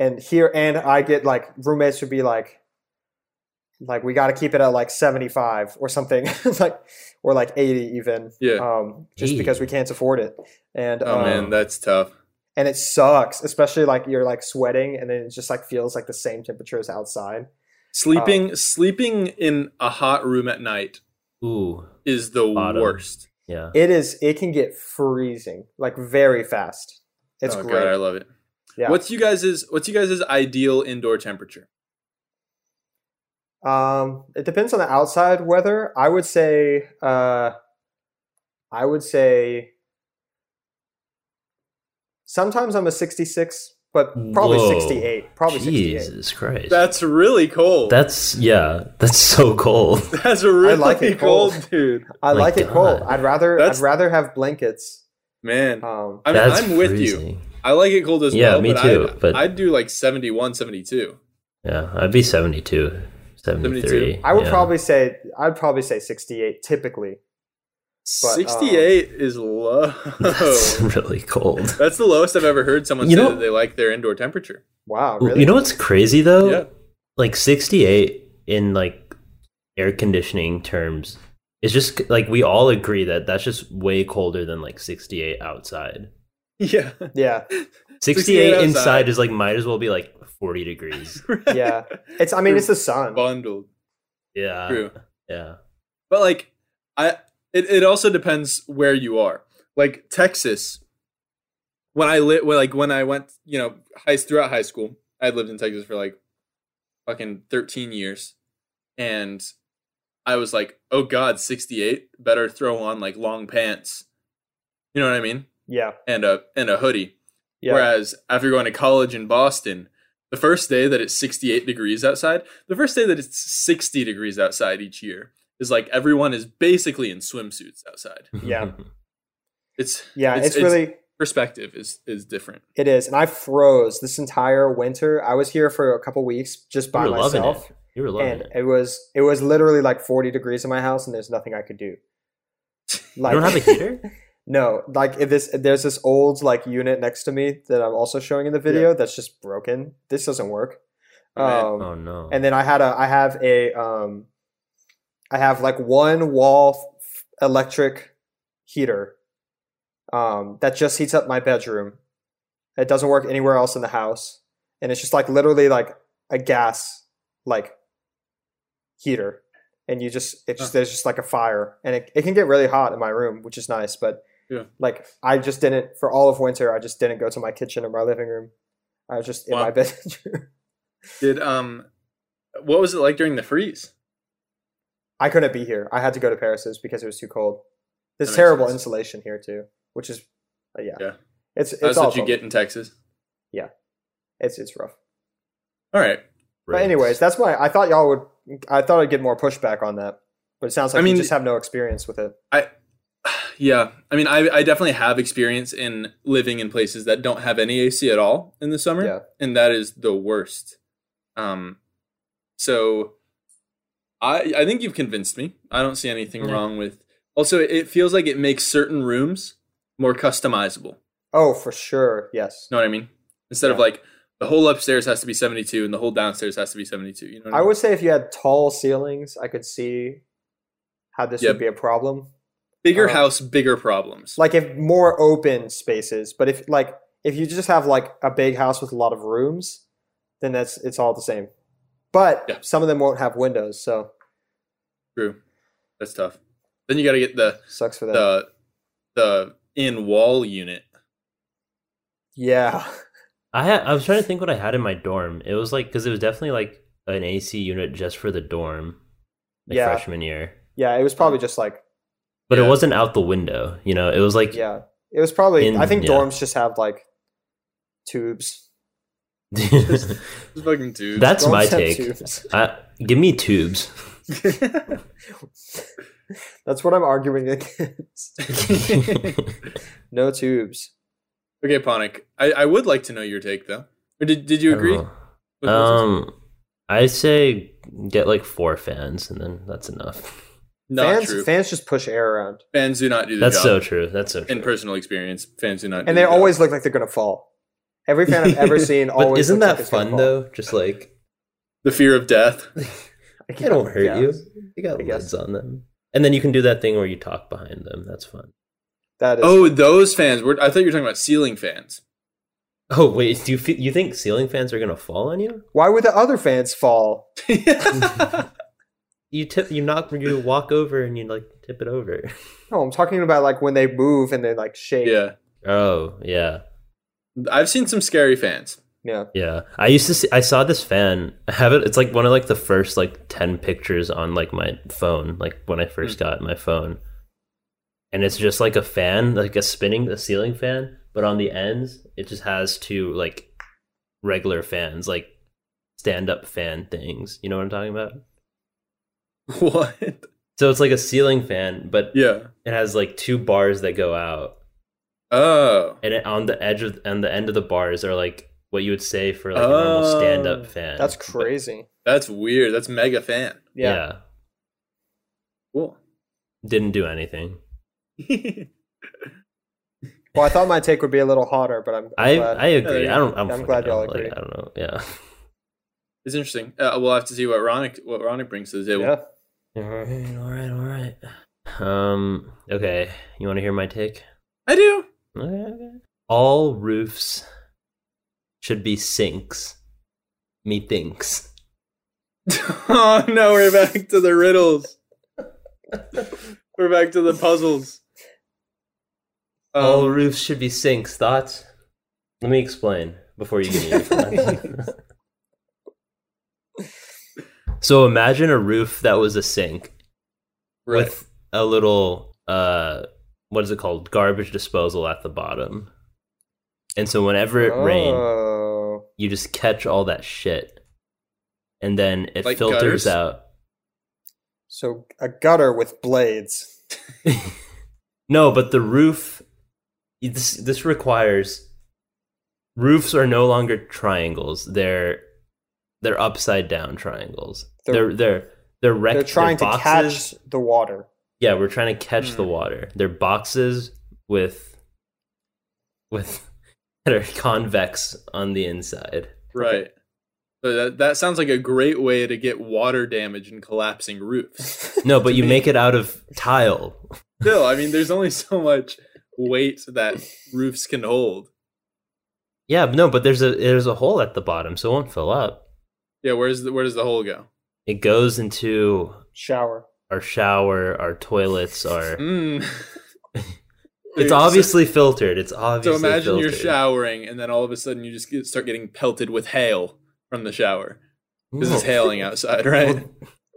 D: And here, and I get like roommates would be like, like we got to keep it at like seventy five or something, like or like eighty even,
C: Yeah.
D: um, just because we can't afford it. And
C: Oh
D: um,
C: man, that's tough.
D: and it sucks, especially like you're like sweating, and then it just like feels like the same temperature as outside.
C: Sleeping
D: uh,
C: sleeping in a hot room at night
E: Ooh,
C: is the
E: Bottom.
C: worst.
E: yeah.
D: It is, it can get freezing like very fast. It's
C: oh
D: great.
C: god, I love it.
D: Yeah.
C: What's you guys' what's you guys' ideal indoor temperature?
D: Um, it depends on the outside weather. I would say, uh, I would say sometimes I'm a 66, but probably
E: Whoa.
D: 68, probably 68.
E: Jesus Christ.
C: That's really cold.
E: That's yeah. That's so cold.
C: That's really
D: like it
C: cold.
D: cold.
C: dude.
D: I
E: My
D: like it cold.
E: God.
D: I'd rather,
C: That's-
D: I'd rather have blankets.
C: Man,
D: Um,
C: I mean,
E: That's
C: I'm with you.
E: freezing.
C: I like it cold as
E: Yeah,
C: well.
E: me
C: but
E: too,
C: I'd,
E: but-
C: I'd do like 71, 72.
E: Yeah, I'd be 72, 73.
C: 72.
D: I would
E: yeah.
D: probably say, I'd probably say 68 typically. But, um,
C: 68 is low.
E: That's
C: That's
E: really cold.
C: the lowest I've ever heard someone
E: You
C: say
E: know-
C: that they like their indoor temperature.
D: Wow, really?
E: You know what's crazy though?
C: Yeah.
E: Like 68 in like air conditioning terms is just like we all agree that that's just way colder than like 68 outside.
C: Yeah.
D: yeah,
E: 68,
C: 68 outside.
E: inside is like might as well be like 40 degrees.
D: yeah. It's, I mean, it's the sun.
C: Bundled.
E: yeah.
C: True.
E: Yeah.
C: But like I it, it also depends where you are. Like Texas when I lit when like when I went, you know, high throughout high school, I lived in Texas for like fucking 13 years and I was like, "Oh god, 68, better throw on like long pants." You know what I mean?
D: Yeah,
C: And a and a hoodie.
D: yeah.
C: Whereas after going to college in Boston, the first day that it's 68 degrees outside, the first day that it's 60 degrees outside each year is like everyone is basically in swimsuits outside.
D: Yeah.
C: It's
D: yeah,
C: it's-
D: it's
C: it's-
D: really,
C: perspective is is different.
D: It is, and I froze this entire winter. I was here for a couple weeks just by
E: you were loving
D: myself,
E: it. You were loving
D: and
E: it.
D: it was it was literally like forty degrees in my house, and there's nothing I could do.
E: I don't have a heater.
D: No, like if this there's this old like unit next to me that I'm also showing in the video that's just broken. This doesn't work.
C: Right.
D: Um,
E: oh no.
D: and then I had a I have a um I have like one wall f- electric heater um that just heats up my bedroom. It doesn't work anywhere else in the house and it's just like literally like a gas like heater and you just it's just there's just like a fire and it, it can get really hot in my room which is nice but
C: Yeah.
D: like i just didn't for all of winter i just didn't go to my kitchen or my living room i was just in
C: Wow.
D: my bedroom
C: Did um, what was it like during the freeze?
D: I couldn't be here. I had to go to Paris's because it was too cold. There's
C: makes
D: terrible
C: sense.
D: insulation here too, which is, uh, yeah,
C: Yeah.
D: it's it's
C: That's
D: all
C: what you get in Texas.
D: It's it's rough.
C: All right.
D: But
E: Right.
D: anyways, that's why I thought y'all would. I thought I'd get more pushback on that, but it sounds
C: I
D: like
C: mean-
D: you just have no experience with it.
C: Yeah. I mean, I, I definitely have experience in living in places that don't have any AC at all in the summer.
D: Yeah.
C: And that is the worst. Um, so I I think you've convinced me. I don't see anything
E: Yeah.
C: wrong with also it feels like it makes certain rooms more customizable.
D: Oh, for sure. Yes.
C: Know what I mean? Instead of
D: Yeah.
C: like the whole upstairs has to be 72 and the whole downstairs has to be 72. You know what
D: I
C: mean?
D: would say if you had tall ceilings, I could see how this
C: Yep.
D: would be a problem.
C: bigger
D: uh,
C: house, bigger problems.
D: Like if more open spaces, but if like if you just have like a big house with a lot of rooms, then that's it's all the same. But
C: Yeah.
D: some of them won't have windows, so
C: True. That's tough. Then you got to get the
D: Sucks for them.
C: the the in wall unit.
D: yeah.
E: I had, I was trying to think what I had in my dorm. It was like because it was definitely like an AC unit just for the dorm, like
D: Yeah.
E: freshman year.
D: Yeah, it was probably just like
E: But
C: Yeah.
E: it wasn't out the window. You know, it was like
D: yeah. It was probably
E: In-
D: I think
E: yeah.
D: dorms just have like tubes.
C: Just fucking dude.
E: that's my
D: Dorms have
E: take.
D: tubes.
E: I, give me tubes.
D: That's what I'm arguing against. no tubes.
C: okay, Ponic. I, I would like to know your take though. Or did did you agree? with what's-
E: Um, I say get like four fans, and then that's enough.
C: not
D: fans
C: true.
D: fans just push air around.
C: Fans do not do the
E: That's
C: job.
E: so true. That's so true.
C: In personal experience, fans do not. do
D: And they
C: the job.
D: always look like they're gonna fall. Every fan I've ever seen
E: But
D: always
E: isn't
D: looks like
E: that
D: it's gonna
E: fun
D: fall.
E: though? Just like
C: the fear of death.
E: it don't hurt
D: Yeah.
E: you. You got
D: I guess.
E: lids on them, and then you can do that thing where you talk behind them. That's fun.
D: That is
C: Oh, those fans. Were, I thought you were talking about ceiling fans.
E: Oh wait, do you fe- you think ceiling fans are gonna fall on you?
D: why would the other fans fall?
E: You tip, you knock, you walk over, and you like tip it over.
D: No, I'm talking about like when they move and they like shake.
C: yeah,
E: Oh yeah,
C: I've seen some scary fans.
D: Yeah.
E: yeah. I used to see. I saw this fan. I have it. It's like one of like the first like ten pictures on like my phone. Like when I first got my phone, and it's just like a fan, like a spinning a ceiling fan, but on the ends it just has two like regular fans, like stand up fan things. You know what I'm talking about?
C: What?
E: So it's like a ceiling fan, but
C: Yeah.
E: it has like two bars that go out
C: Oh.
E: and it, on the edge of on the end of the bars are like what you would say for like a normal
C: Oh,
E: stand-up fan
D: That's
E: But-
D: crazy.
C: That's weird. That's mega fan.
E: yeah.
D: yeah.
C: Cool.
E: didn't do anything
D: Well, I thought my take would be a little hotter, but I'm, I'm
E: i
D: glad.
E: i agree i don't i'm,
D: I'm
E: fucking
D: glad
E: know,
D: y'all
E: like,
D: agree.
E: i don't know yeah
C: It's interesting. Uh, we'll have to see what Ronick what Ronick brings to the table.
D: yeah.
E: all right all right all right um okay you want to hear my take
C: I do.
E: okay, okay. all roofs should be sinks me thinks
C: oh no, we're back to the riddles. we're back to the puzzles.
E: all
C: Um,
E: roofs should be sinks thoughts let me explain before you give me your thoughts. so imagine a roof that was a sink
C: right.
E: with a little uh what is it called garbage disposal at the bottom and so whenever it rained
D: Oh.
E: you just catch all that shit and then it
C: Like
E: filters
C: gutters?
E: out
D: So a gutter with blades.
E: No, but the roof. This this requires. Roofs are no longer triangles. They're they're upside down triangles.
D: They're-
E: They're they're they're rect.
D: They're trying to Hmm.
E: boxes.
D: catch the water.
E: Yeah, we're trying to catch the water. They're boxes with with that are convex on the inside.
C: Right. So that, that sounds like a great way to get water damage and collapsing roofs.
E: No, but you make it out of tile.
C: Still, I mean, there's only so much weight that roofs can hold.
E: Yeah, no, but there's a there's a hole at the bottom, so it won't fill up.
C: Yeah, where's the, where does the hole go?
E: It goes into
D: Shower.
E: our shower, our toilets,
D: Hmm.
E: our
C: Mm. Dude,
E: It's
C: so-
E: obviously filtered. It's
C: So
E: obviously
C: imagine
E: filtered.
C: you're showering, and then all of a sudden you just get, start getting pelted with hail from the shower because it's
E: No.
C: hailing outside, right?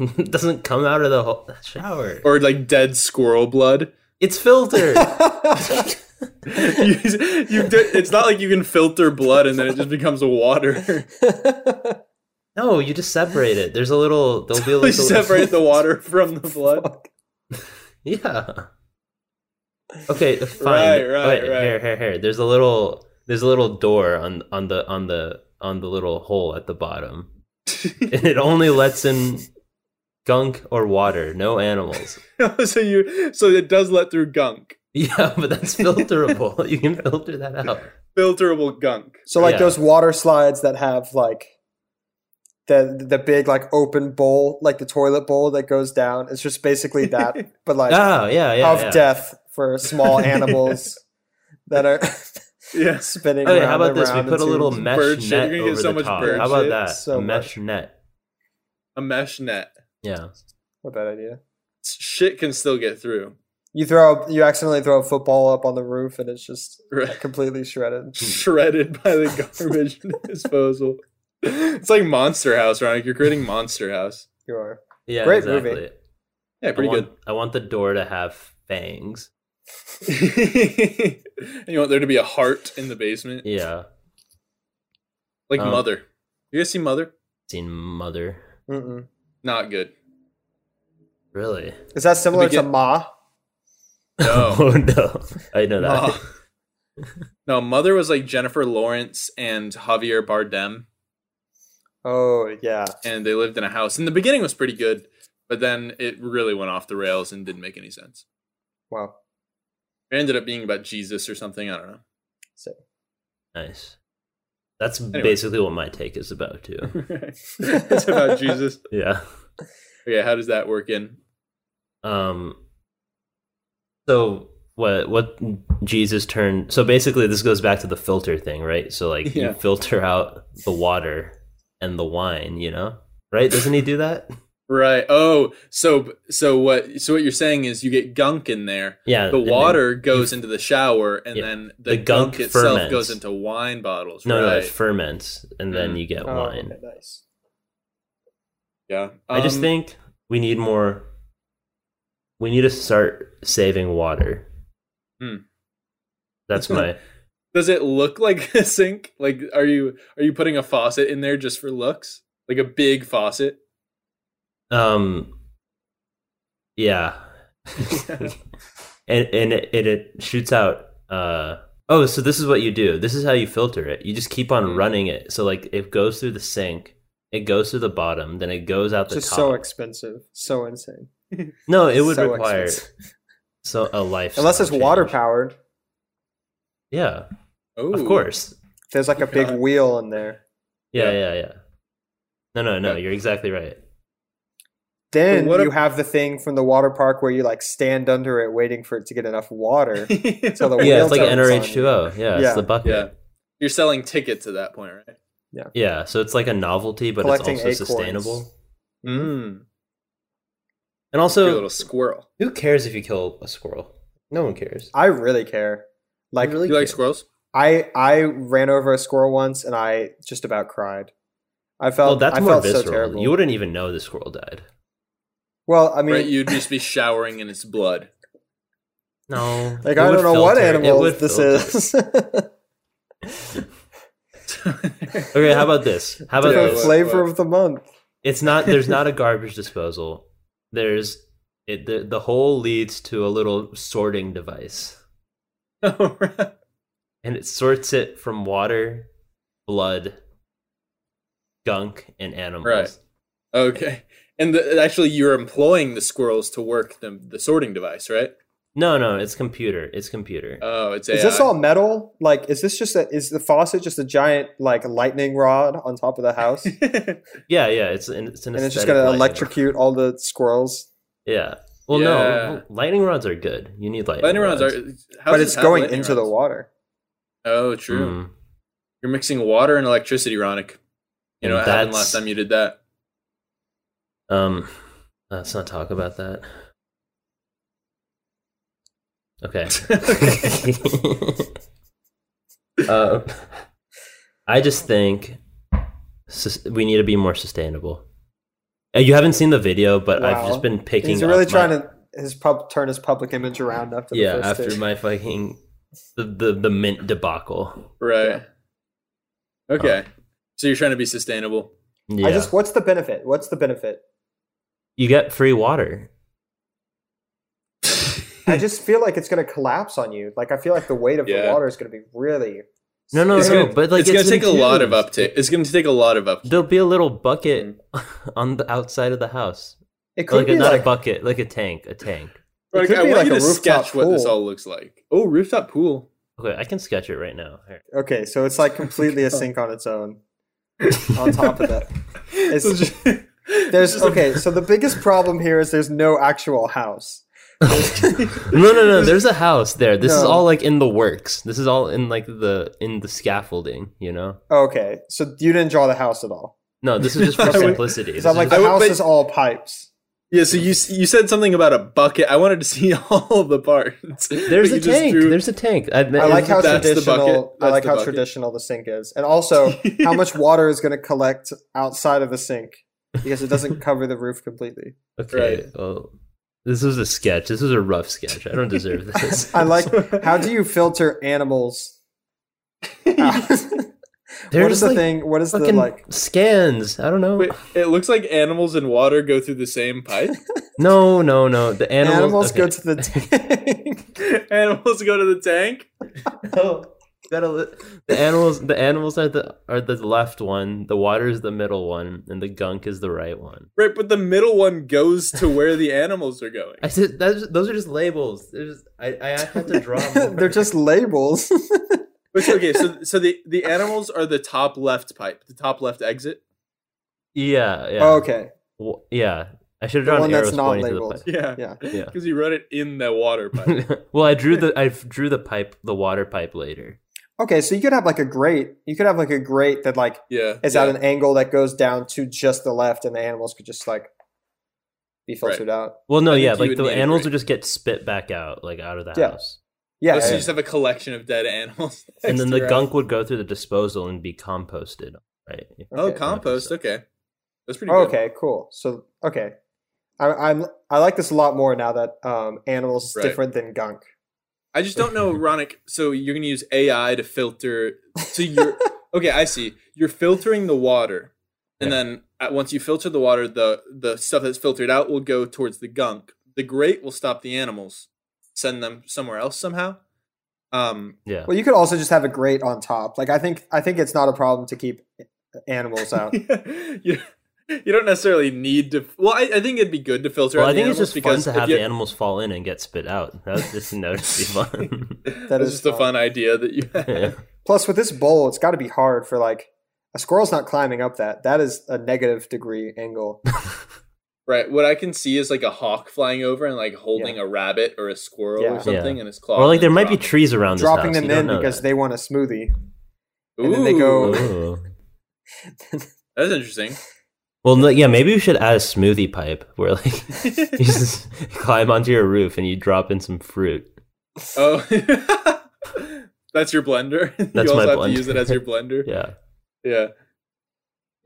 E: It doesn't come out of the ho- shower.
C: Or like dead squirrel blood.
E: It's filtered.
C: you, you do- it's not like you can filter blood and then it just becomes water.
E: no, you just separate it. There's a little. There'll be a
C: you
E: little.
C: separate the water from the blood.
E: Yeah. Okay, fine.
C: Right, right,
E: Wait,
C: right.
E: Here, here, here. There's a little. There's a little door on on the on the on the little hole at the bottom, and it only lets in gunk or water, no animals.
C: so you so it does let through gunk.
E: Yeah, but that's filterable. you can filter that out.
C: Filterable gunk.
D: So like
E: Yeah.
D: those water slides that have like the the big like open bowl, like the toilet bowl that goes down. It's just basically that, but like
E: Oh, yeah, yeah.
D: of
E: yeah.
D: death for small animals that are
C: Yes.
D: spinning.
E: Okay,
D: round
E: how about
D: and
E: this? We
D: round
E: put a
D: in
E: little
D: tubes.
E: mesh
C: Bird shit.
E: net
C: You're gonna get
E: over
C: so
E: the
C: much
E: top.
C: bird
E: How about
C: shit.
E: that?
D: So
E: a mesh net.
C: A mesh net.
E: Yeah.
D: What a bad idea.
C: Shit can still get through.
D: You throw you accidentally throw a football up on the roof and it's just
C: Right.
D: completely shredded.
E: Hmm.
C: Shredded by the garbage disposal. It's like Monster House, Ronick. You're creating Monster House.
D: You are.
E: Yeah.
D: Great movie.
E: exactly.
C: Yeah,
E: I
C: pretty
E: want, I want the door to have fangs.
C: good. and you want there to be a heart in the basement,
E: Yeah.
C: like
E: Um,
C: Mother. You guys see Mother?
E: Seen mother.
D: Mm-mm.
C: Not good.
E: Really?
D: Is that similar to
C: begin-
D: Ma?
C: No.
E: oh no. I know that.
C: Ma- Oh. no, Mother was like Jennifer Lawrence and Javier Bardem,
D: Oh yeah.
C: and they lived in a house. And the beginning was pretty good, but then it really went off the rails and didn't make any sense.
D: Wow.
C: It ended up being about Jesus or something. I don't know.
E: Nice. That's basically what my take is about too.
C: it's about Jesus.
E: yeah.
C: Okay, how does that work in?
E: Um so what what Jesus turned so basically this goes back to the filter thing, right? So like
C: Yeah.
E: you filter out the water and the wine, you know? Right? Doesn't he do that?
C: Right. Oh, so so what? So what you're saying is you get gunk in there.
E: Yeah.
C: The
E: Uh, and then-
C: water goes into the shower, and
E: Yeah,
C: then the,
E: the
C: gunk,
E: gunk
C: itself
E: ferments.
C: goes into wine bottles.
E: no, no,
C: right.
E: it ferments and then
C: Mm.
E: you get
D: Oh,
E: wine.
D: okay, nice.
C: yeah.
E: I just
C: Um,
E: think we need more. We need to start saving water.
C: Hmm.
E: That's my
C: Does it look like a sink? Like, are you are you putting a faucet in there just for looks? Like a big faucet?
E: um. Yeah,
C: Yeah.
E: and and it, it it shoots out. Uh oh, so this is what you do. This is how you filter it. You just keep on
D: Mm-hmm.
C: Hmm.
E: running it. So like it goes through the sink, it goes through the bottom, then it goes out the
D: Just
E: top.
D: so expensive. So insane.
E: no, it would
D: So
E: require
D: expensive.
E: so a life
D: Unless it's water powered.
E: Yeah,
C: Oh,
E: of course.
D: There's
E: Oh,
D: like a big
C: God.
D: wheel in there.
C: Yeah.
E: Yeah, yeah, yeah. No, no, no.
C: Yeah.
E: You're exactly right.
D: Then
C: what
D: you
C: if-
D: have the thing from the water park where you like stand under it waiting for it to get enough water. So the
E: yeah,
D: wheel
E: it's like
D: turns on you.
E: NRH2O. Yeah,
D: Yeah.
E: it's the
C: yeah.
E: bucket.
C: You're selling tickets at that point, right?
E: Yeah. so it's like a novelty, but
D: Collecting
E: it's also
D: acorns.
E: sustainable.
C: Mm.
E: And
C: Your
E: also,
C: little squirrel.
E: who cares if you kill a squirrel? No one cares.
D: I really care. Like
E: really
C: You like squirrels?
D: I I ran over a squirrel once and I just about cried. I felt
E: Well, that's
D: I
E: more
D: felt
E: visceral.
D: so terrible.
E: you wouldn't even know the squirrel died.
D: well, I mean,
C: right? You'd just be showering in its blood.
E: No,
D: like
E: It
D: I
E: would
D: don't know what
E: filter- it
D: animal
E: would
D: this
E: filter.
D: is.
E: Okay, how about this? How about
C: Yeah,
D: Different
C: what-
E: this?
D: flavor
C: what-
D: of the month.
E: It's not. There's not a garbage disposal. There's it. The, the hole leads to a little sorting device, and it sorts it from water, blood, gunk, and animals.
C: Right. Okay. And the, actually, you're employing the squirrels to work the, the sorting device, right?
E: No, no, it's computer. It's computer.
C: Oh, it's AI.
D: Is this all metal? Like, is this just a, is the faucet just a giant like lightning rod on top of the house, and
E: yeah, yeah. It's an, it's an.
D: it's just
E: aesthetic
D: gonna
E: lightning.
D: electrocute all the squirrels?
E: Yeah. Well,
C: Yeah.
E: no, lightning rods are good. You need lightning,
C: lightning rods are.
D: but it's going into the water.
C: Oh, true.
E: Mm.
C: You're mixing water and electricity, Ronic. You know,
E: And
C: what happened
E: that's-
C: last time you did that.
E: Mm. Um, let's not talk about that. Okay. uh, I just think sus- we need to be more sustainable. Uh, You haven't seen the video, but I've
D: Wow.
E: just been picking.
D: He's really
E: up my-
D: trying to his pub turn his public image around after the
E: yeah,
D: first
E: after
D: take.
E: my fucking the, the the mint debacle.
C: Right.
D: Yeah.
C: Okay. So you're trying to be sustainable.
E: Yeah,
D: I just what's the benefit? What's the benefit?
E: you get free water.
D: I just feel like it's gonna collapse on you. Like I feel like the weight of the
C: Yeah.
D: water is gonna be really
E: No, no,
C: It's
E: no.
C: gonna-
E: but like,
C: it's, gonna
E: been
C: take a lot of
E: used.
C: uptake. It's gonna take a lot of uptake.
E: There'll be a little bucket on the outside of the house,
D: Mm. it could
E: like a,
D: be
E: not
D: like
E: a bucket, like a tank, a tank.
C: Ronic,
D: could
C: I
D: be
C: want
D: like
C: you
D: a
C: to
D: rooftop
C: sketch what this
D: pool.
C: all looks like. Oh, rooftop pool.
E: Okay, I can sketch it right now. Here.
D: okay, so it's like completely a sink on its own. on top of that. It's, there's okay, so the biggest problem here is there's no actual house.
E: No, no, no. There's a house there. This is
D: No.
E: all like in the works. This is all in like the in the scaffolding. You know.
D: Okay, so you didn't draw the house at all.
E: No, this is just for
C: I would-
E: simplicity. This
D: Because I'm
E: is
D: like
E: just-
D: the
C: I would-
D: house
C: but-
D: is all pipes.
C: Yeah, so you s- you said something about a bucket. I wanted to see all the parts.
E: there's
C: But
E: a
C: you just
E: tank.
C: drew-
E: There's a tank. I,
D: I like how
C: that's the bucket.
D: traditional. I
C: That's
D: like
C: the
D: how
C: bucket.
D: traditional the sink is, and also how much water is going to collect outside of the sink because it doesn't cover the roof completely.
E: Okay.
C: Right.
E: Well, this was a sketch. This was a rough sketch. I don't deserve this.
D: I like how do you filter animals? out? what is
E: There's
D: the
E: like
D: thing? What is the
E: fucking
D: like?
E: scans. I don't know.
C: Wait, it looks like animals and water go through the same pipe.
E: No, no, no. The
D: Animals,
E: animals, okay.
D: go to the tank.
C: animals go to the tank.
E: Oh, Gotta li- the animals the animals are the are the left one the water is the middle one and the gunk is the right one
C: Right, but the middle one goes to where the animals are going.
E: i said that's, those are just labels There's, I, I have to draw
D: They're just labels.
C: But okay, so so the the animals are the top left pipe, the top left exit.
E: yeah yeah
D: okay,
E: W- yeah i should have
D: Oh. The
E: drawn
D: one
E: arrows
D: that's not
E: pointing to the
D: labeled.
E: pipe.
C: Yeah,
D: Yeah.
E: Yeah.
C: because you wrote it in the water pipe.
E: well i drew the i drew the pipe the water pipe later
D: okay. So you could have like a grate. You could have like a grate that like
C: Yeah,
D: is
C: yeah.
D: at an angle that goes down to just the left, and the animals could just like be
C: Right.
D: filtered out.
E: well no
C: I think
E: yeah
C: you
E: like
C: would
E: the
C: need a
E: animals
C: grate.
E: would just get spit back out like out of the
D: Yeah.
E: house
D: Yeah,
C: Oh, so
D: yeah.
C: you just have a collection of dead animals.
E: and then
C: next
E: the
C: to your
E: gunk would go through the disposal and be composted right
C: house. Oh, compost. Okay, that's pretty. good.
D: Okay, cool. So okay, I, I'm I like this a lot more now that um, animals is
C: Right.
D: different than gunk.
C: I just don't know, Ronick. So you're gonna use AI to filter. So you're okay. I see. You're filtering the water, and
E: Yeah.
C: then at, once you filter the water, the the stuff that's filtered out will go towards the gunk. The grate will stop the animals, send them somewhere else somehow. Um,
E: yeah
D: Well, you could also just have a grate on top. Like I think I think it's not a problem to keep uh, animals out.
C: you, you don't necessarily need to. Well, I, I think it'd be good to filter.
E: Well,
C: out
E: I
C: the
E: think it's
C: animals
E: just fun
C: because
E: to
C: if
E: have
C: you-
E: the animals fall in and get spit out. That was just that would just be fun.
D: That
C: That's
D: is
C: just a
D: fun.
C: fun idea that you. Had.
E: Yeah.
D: Plus, with this bowl, it's got to be hard for like a squirrel's not climbing up that. That is a negative degree angle.
C: Right. What I can see is like a hawk flying over and like holding a rabbit or a squirrel
D: Yeah.
C: or
D: Yeah.
C: something in his claw.
E: or like
C: and
E: there
C: then
E: might be
C: drop
E: trees around this
D: Dropping
E: house.
D: them
E: You
D: in
E: don't know
D: because
E: that.
D: they want a smoothie.
C: it.
D: and then they go- they-
E: Ooh.
C: That's interesting.
E: Well, no, yeah, maybe we should add a smoothie pipe where like you just climb onto your roof and you drop in some fruit.
C: oh, that's your blender. you
E: That's
C: also
E: my
C: have
E: blender.
C: to use it as your blender.
E: Yeah,
C: yeah.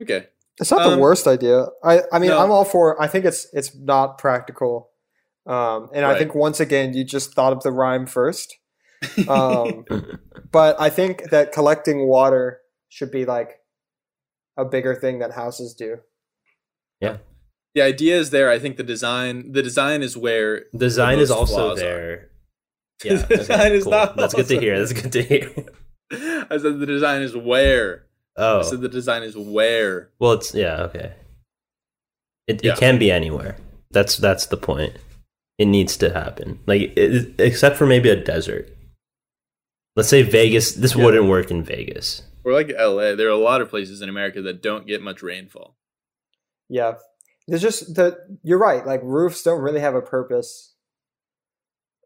C: Okay.
D: It's not
C: Um,
D: the worst idea. I, I mean,
C: no.
D: I'm all for. I think it's it's not practical, um, and I think once again you just thought of the rhyme first. Um, but I think that collecting water should be like a bigger thing that houses do.
C: The idea is there. I think the design the design is where
E: design is
C: most
E: also
C: flaws are.
E: there. Yeah,
C: Design
E: okay,
C: is
E: cool.
C: not
E: That's good to
C: also
E: hear. That's good to hear.
C: I said the design is where. I
E: Oh,
C: said the design is where.
E: well, it's yeah, okay. It,
C: Yeah.
E: it can be anywhere. That's that's the point. It needs to happen. Like it, except for maybe a desert. Let's say Vegas. This
C: Yeah.
E: wouldn't work in Vegas.
C: Or like LA, there are a lot of places in America that don't get much rainfall.
D: Yeah. There's just the you're right, like roofs don't really have a purpose.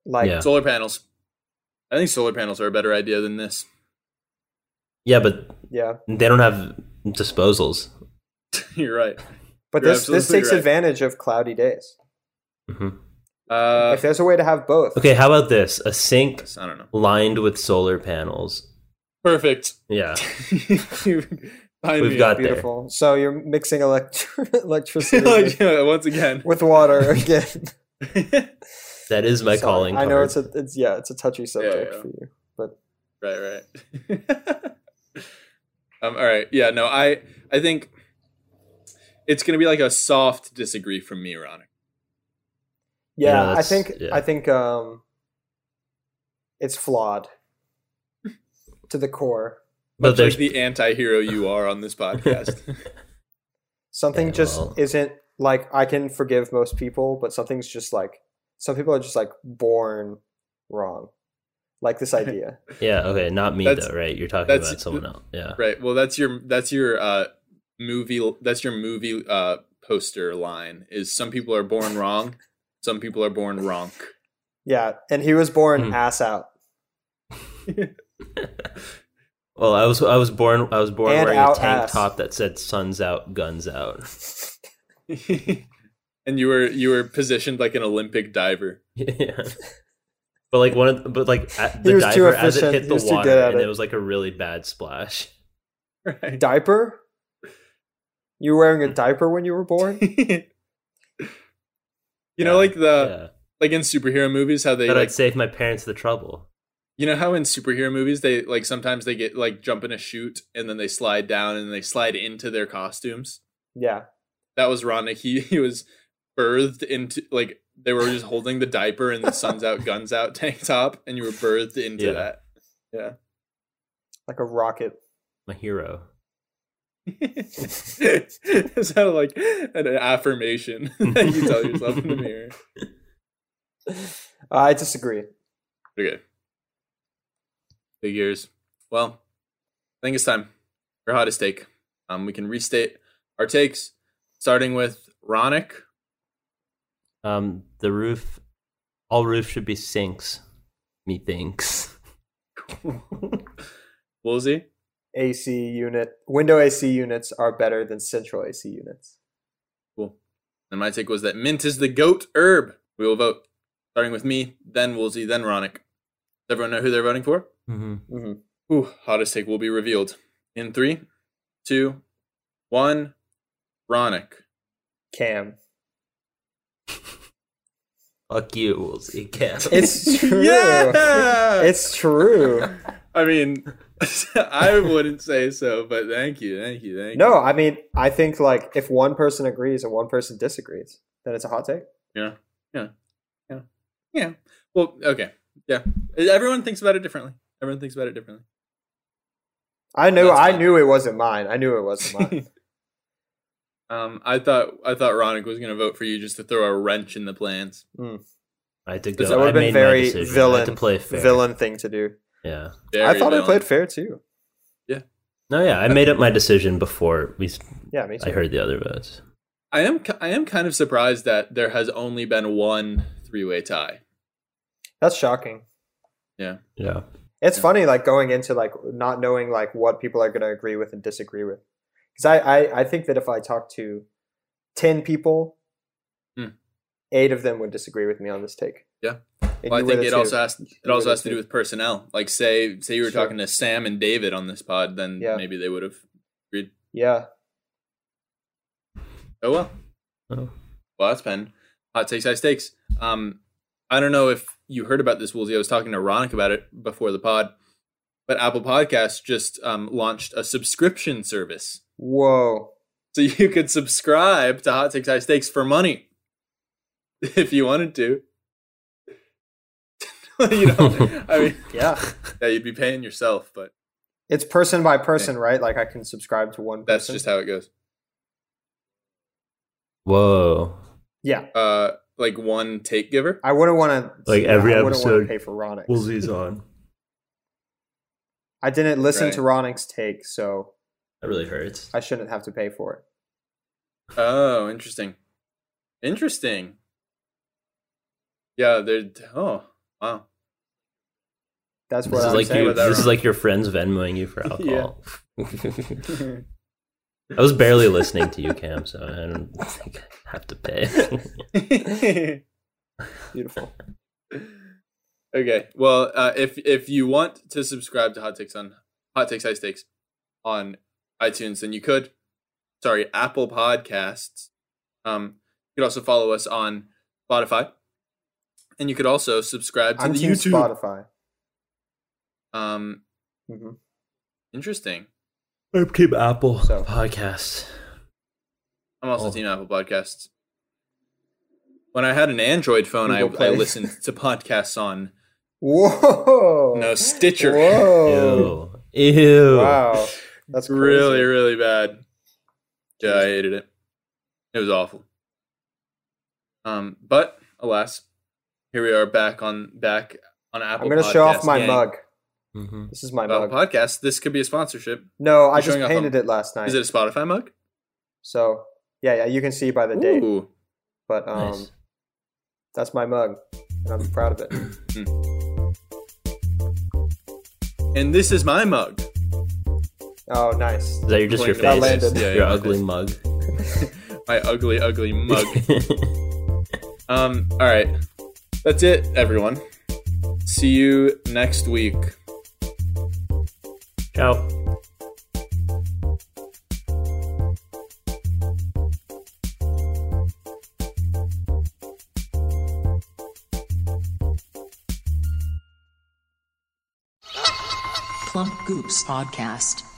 D: Like
E: Yeah.
C: Solar panels. I think solar panels are a better idea than this.
E: Yeah, but
D: yeah.
E: they don't have disposals.
C: You're right.
D: But
C: You're
D: this this
C: absolutely
D: takes
C: right.
D: advantage of cloudy days. Mm-hmm.
E: hmm
C: Uh,
D: if there's a way to have both.
E: Okay, how about this? A sink
C: I don't know.
E: lined with solar panels.
C: Perfect.
E: Yeah,
C: We've
E: we've got there.
D: Beautiful. So you're mixing elect- electricity
C: like,
D: with,
C: yeah, once again.
D: with water again.
C: right,
E: That is my
D: Sorry.
E: calling.
D: I know
E: card.
D: it's a it's yeah, it's a touchy subject
C: yeah.
D: for you.
C: right. um, all right. Yeah, no, I I think it's gonna be like a soft disagree from me, Ronick.
E: Yeah,
D: Yeah, I
E: that's-
D: think
E: yeah.
D: I think um it's flawed to the core.
E: but
C: Much like
E: there's
C: the anti hero you are on this podcast.
D: Something
E: Yeah,
D: just
E: well-
D: isn't like I can forgive most people, but something's just like some people are just like born wrong. Like this idea.
E: yeah. Okay, not me
C: That's-
E: though. Right, you're talking
C: that's-
E: about someone else. Yeah.
C: right. Well that's your that's your uh movie that's your movie uh poster line is some people are born wrong, some people are born wrong.
D: yeah, and he was born
E: Hmm.
D: ass out
E: Well, I was I was born I was born
D: And
E: wearing
D: out
E: a tank
D: ass.
E: top that said "Suns out, guns out."
C: and you were you were positioned like an Olympic diver.
E: yeah. But like one of the, but like at
D: He
E: the
D: was too
E: diver as it
D: efficient.
E: hit
D: He
E: the
D: was too
E: water
D: good at
E: and
D: it.
E: it was like a really bad splash.
C: Right.
D: diaper. You were wearing a diaper when you were born.
C: you
E: Yeah,
C: know, like
D: Uh,
C: the
E: yeah.
C: like in superhero movies, how they
E: But
C: like
E: I'd save my parents the trouble.
C: you know how in superhero movies they like sometimes they get like jump in a chute and then they slide down and they slide into their costumes.
D: Yeah,
C: That was Ronick. He he was birthed into like they were just holding the diaper and the sun's out, guns out tank top, and you were birthed into
E: Yeah.
C: that.
D: like a rocket.
E: My hero.
C: it sounded like an affirmation that you tell yourself in the mirror.
D: I disagree.
C: Okay. Big years. Well, I think it's time for hottest take. Um, we can restate our takes, starting with Ronick.
E: Um, the roof, all roofs should be sinks. Me thinks.
C: Woolsey.
D: AC unit window AC units are better than central AC units.
C: Cool. And my take was that mint is the goat herb. We will vote, starting with me, then Woolsey, then Ronick. Does everyone know who they're voting for?
E: Mm-hmm.
D: hmm
C: Ooh, hottest take will be revealed in three, two, one. Ronick.
D: Cam,
E: Fuck you, Woolsey. Can't.
D: it's true.
C: Yeah!
D: It's true.
C: I mean, I wouldn't say so, but thank you, thank you, thank
D: No, I mean, I think like if one person agrees and one person disagrees, then it's a hot take.
C: you. Yeah. Well, okay. Yeah. Everyone thinks about it differently. Everyone thinks about it differently.
D: I knew,
C: That's
D: I
C: fine.
D: knew it wasn't mine. I knew it wasn't mine.
C: Um, I thought I thought Ronick was gonna vote for you just to throw a wrench in the plans.
E: I had to
D: that
E: go.
D: would've
E: I
D: been
E: made
D: very
E: my decision. I had to
D: villain-
E: play fair.
D: Villain thing to do.
E: Yeah.
D: I thought I played fair too.
E: No, yeah. I made up my decision before we. s-
D: Yeah, me too.
E: I heard the other votes.
C: I am ki- I am kind of surprised that there has only been one three way tie.
D: That's shocking.
E: Yeah.
D: It's
C: Yeah.
D: funny, like going into like not knowing like what people are going to agree with and disagree with. Because I, I, I think that if I talk to ten people,
C: Hmm.
D: eight of them would disagree with me on this take.
C: Yeah.
D: And
C: Well, I
D: you were
C: think
D: the
C: it
D: two.
C: also has it
D: You were
C: also
D: the
C: has to do
D: two.
C: with personnel. Like say say you were
D: Sure.
C: talking to Sam and David on this pod, then
D: Yeah.
C: maybe they would have agreed.
D: yeah.
C: Oh well.
E: Oh.
C: Well, that's been hot takes, high stakes. Um, I don't know if you heard about this, Woolsey. I was talking to Ronick about it before the pod, but Apple Podcasts just um, launched a subscription service,
D: Whoa.
C: so you could subscribe to Hot Takes, High Stakes for money if you wanted to. you know, I mean,
D: Yeah.
C: yeah, you'd be paying yourself, but
D: It's person by person, right? Like I can subscribe to one.
C: that's
D: person.
C: just how it goes.
E: Whoa.
D: Yeah,
C: Uh, like one take giver.
D: I wouldn't want to
E: Like every
D: I wouldn't
E: episode,
D: want to pay for Ronix.
E: Woolsey's on.
D: I didn't listen
C: Right.
D: to Ronix take, so
E: That really hurts.
D: I shouldn't have to pay for it.
C: Oh, interesting. Interesting. Yeah, they're oh wow.
D: That's what
E: This is
D: I'm
E: like
D: saying.
E: you.
C: with that
E: This is
C: wrong.
E: like your friends Venmoing you for alcohol.
C: yeah,
E: I was barely listening to you, Cam, so I don't think I have to pay.
D: Beautiful.
C: Okay. Well, uh, if if you want to subscribe to Hot Takes on Hot Takes High Stakes on iTunes, then you could. Sorry, Apple Podcasts. Um, you could also follow us on Spotify, and you could also subscribe to
D: I'm
C: the
D: team
C: YouTube.
D: Spotify.
C: Um,
D: hmm
C: interesting.
E: I keep Apple
D: So.
E: podcast.
C: I'm also
E: Oh.
C: Team Apple Podcasts. When I had an Android phone, I,
D: Google
C: I
D: Play.
C: listened to podcasts on
D: Whoa.
C: no Stitcher.
D: Whoa.
E: Ew. Ew.
D: Oh. Wow. That's crazy.
C: really, really bad. Yeah, I hated it. It was awful. Um, but alas, here we are back on back on Apple.
D: I'm gonna show off
C: Podcasts,
D: my
C: gang.
D: mug.
E: hmm
D: This is my
C: Uh,
D: mug.
C: podcast. This could be a sponsorship.
D: No, I
C: You're
D: just
C: showing off a-
D: painted it last night.
C: Is it a Spotify mug?
D: so yeah, yeah, you can see by the date.
C: Ooh,
D: But um,
E: Nice.
D: that's my mug, and I'm proud of it.
C: and this is my mug.
D: Oh, nice.
E: Is that your, just your
C: Pointing
D: at
E: face?
D: my face.
C: Yeah,
E: your
C: yeah, my
E: ugly
C: face.
E: mug.
C: My ugly, ugly mug. Um, all right. That's it, everyone. See you next week.
E: Ciao.
A: Plump Goops Podcast.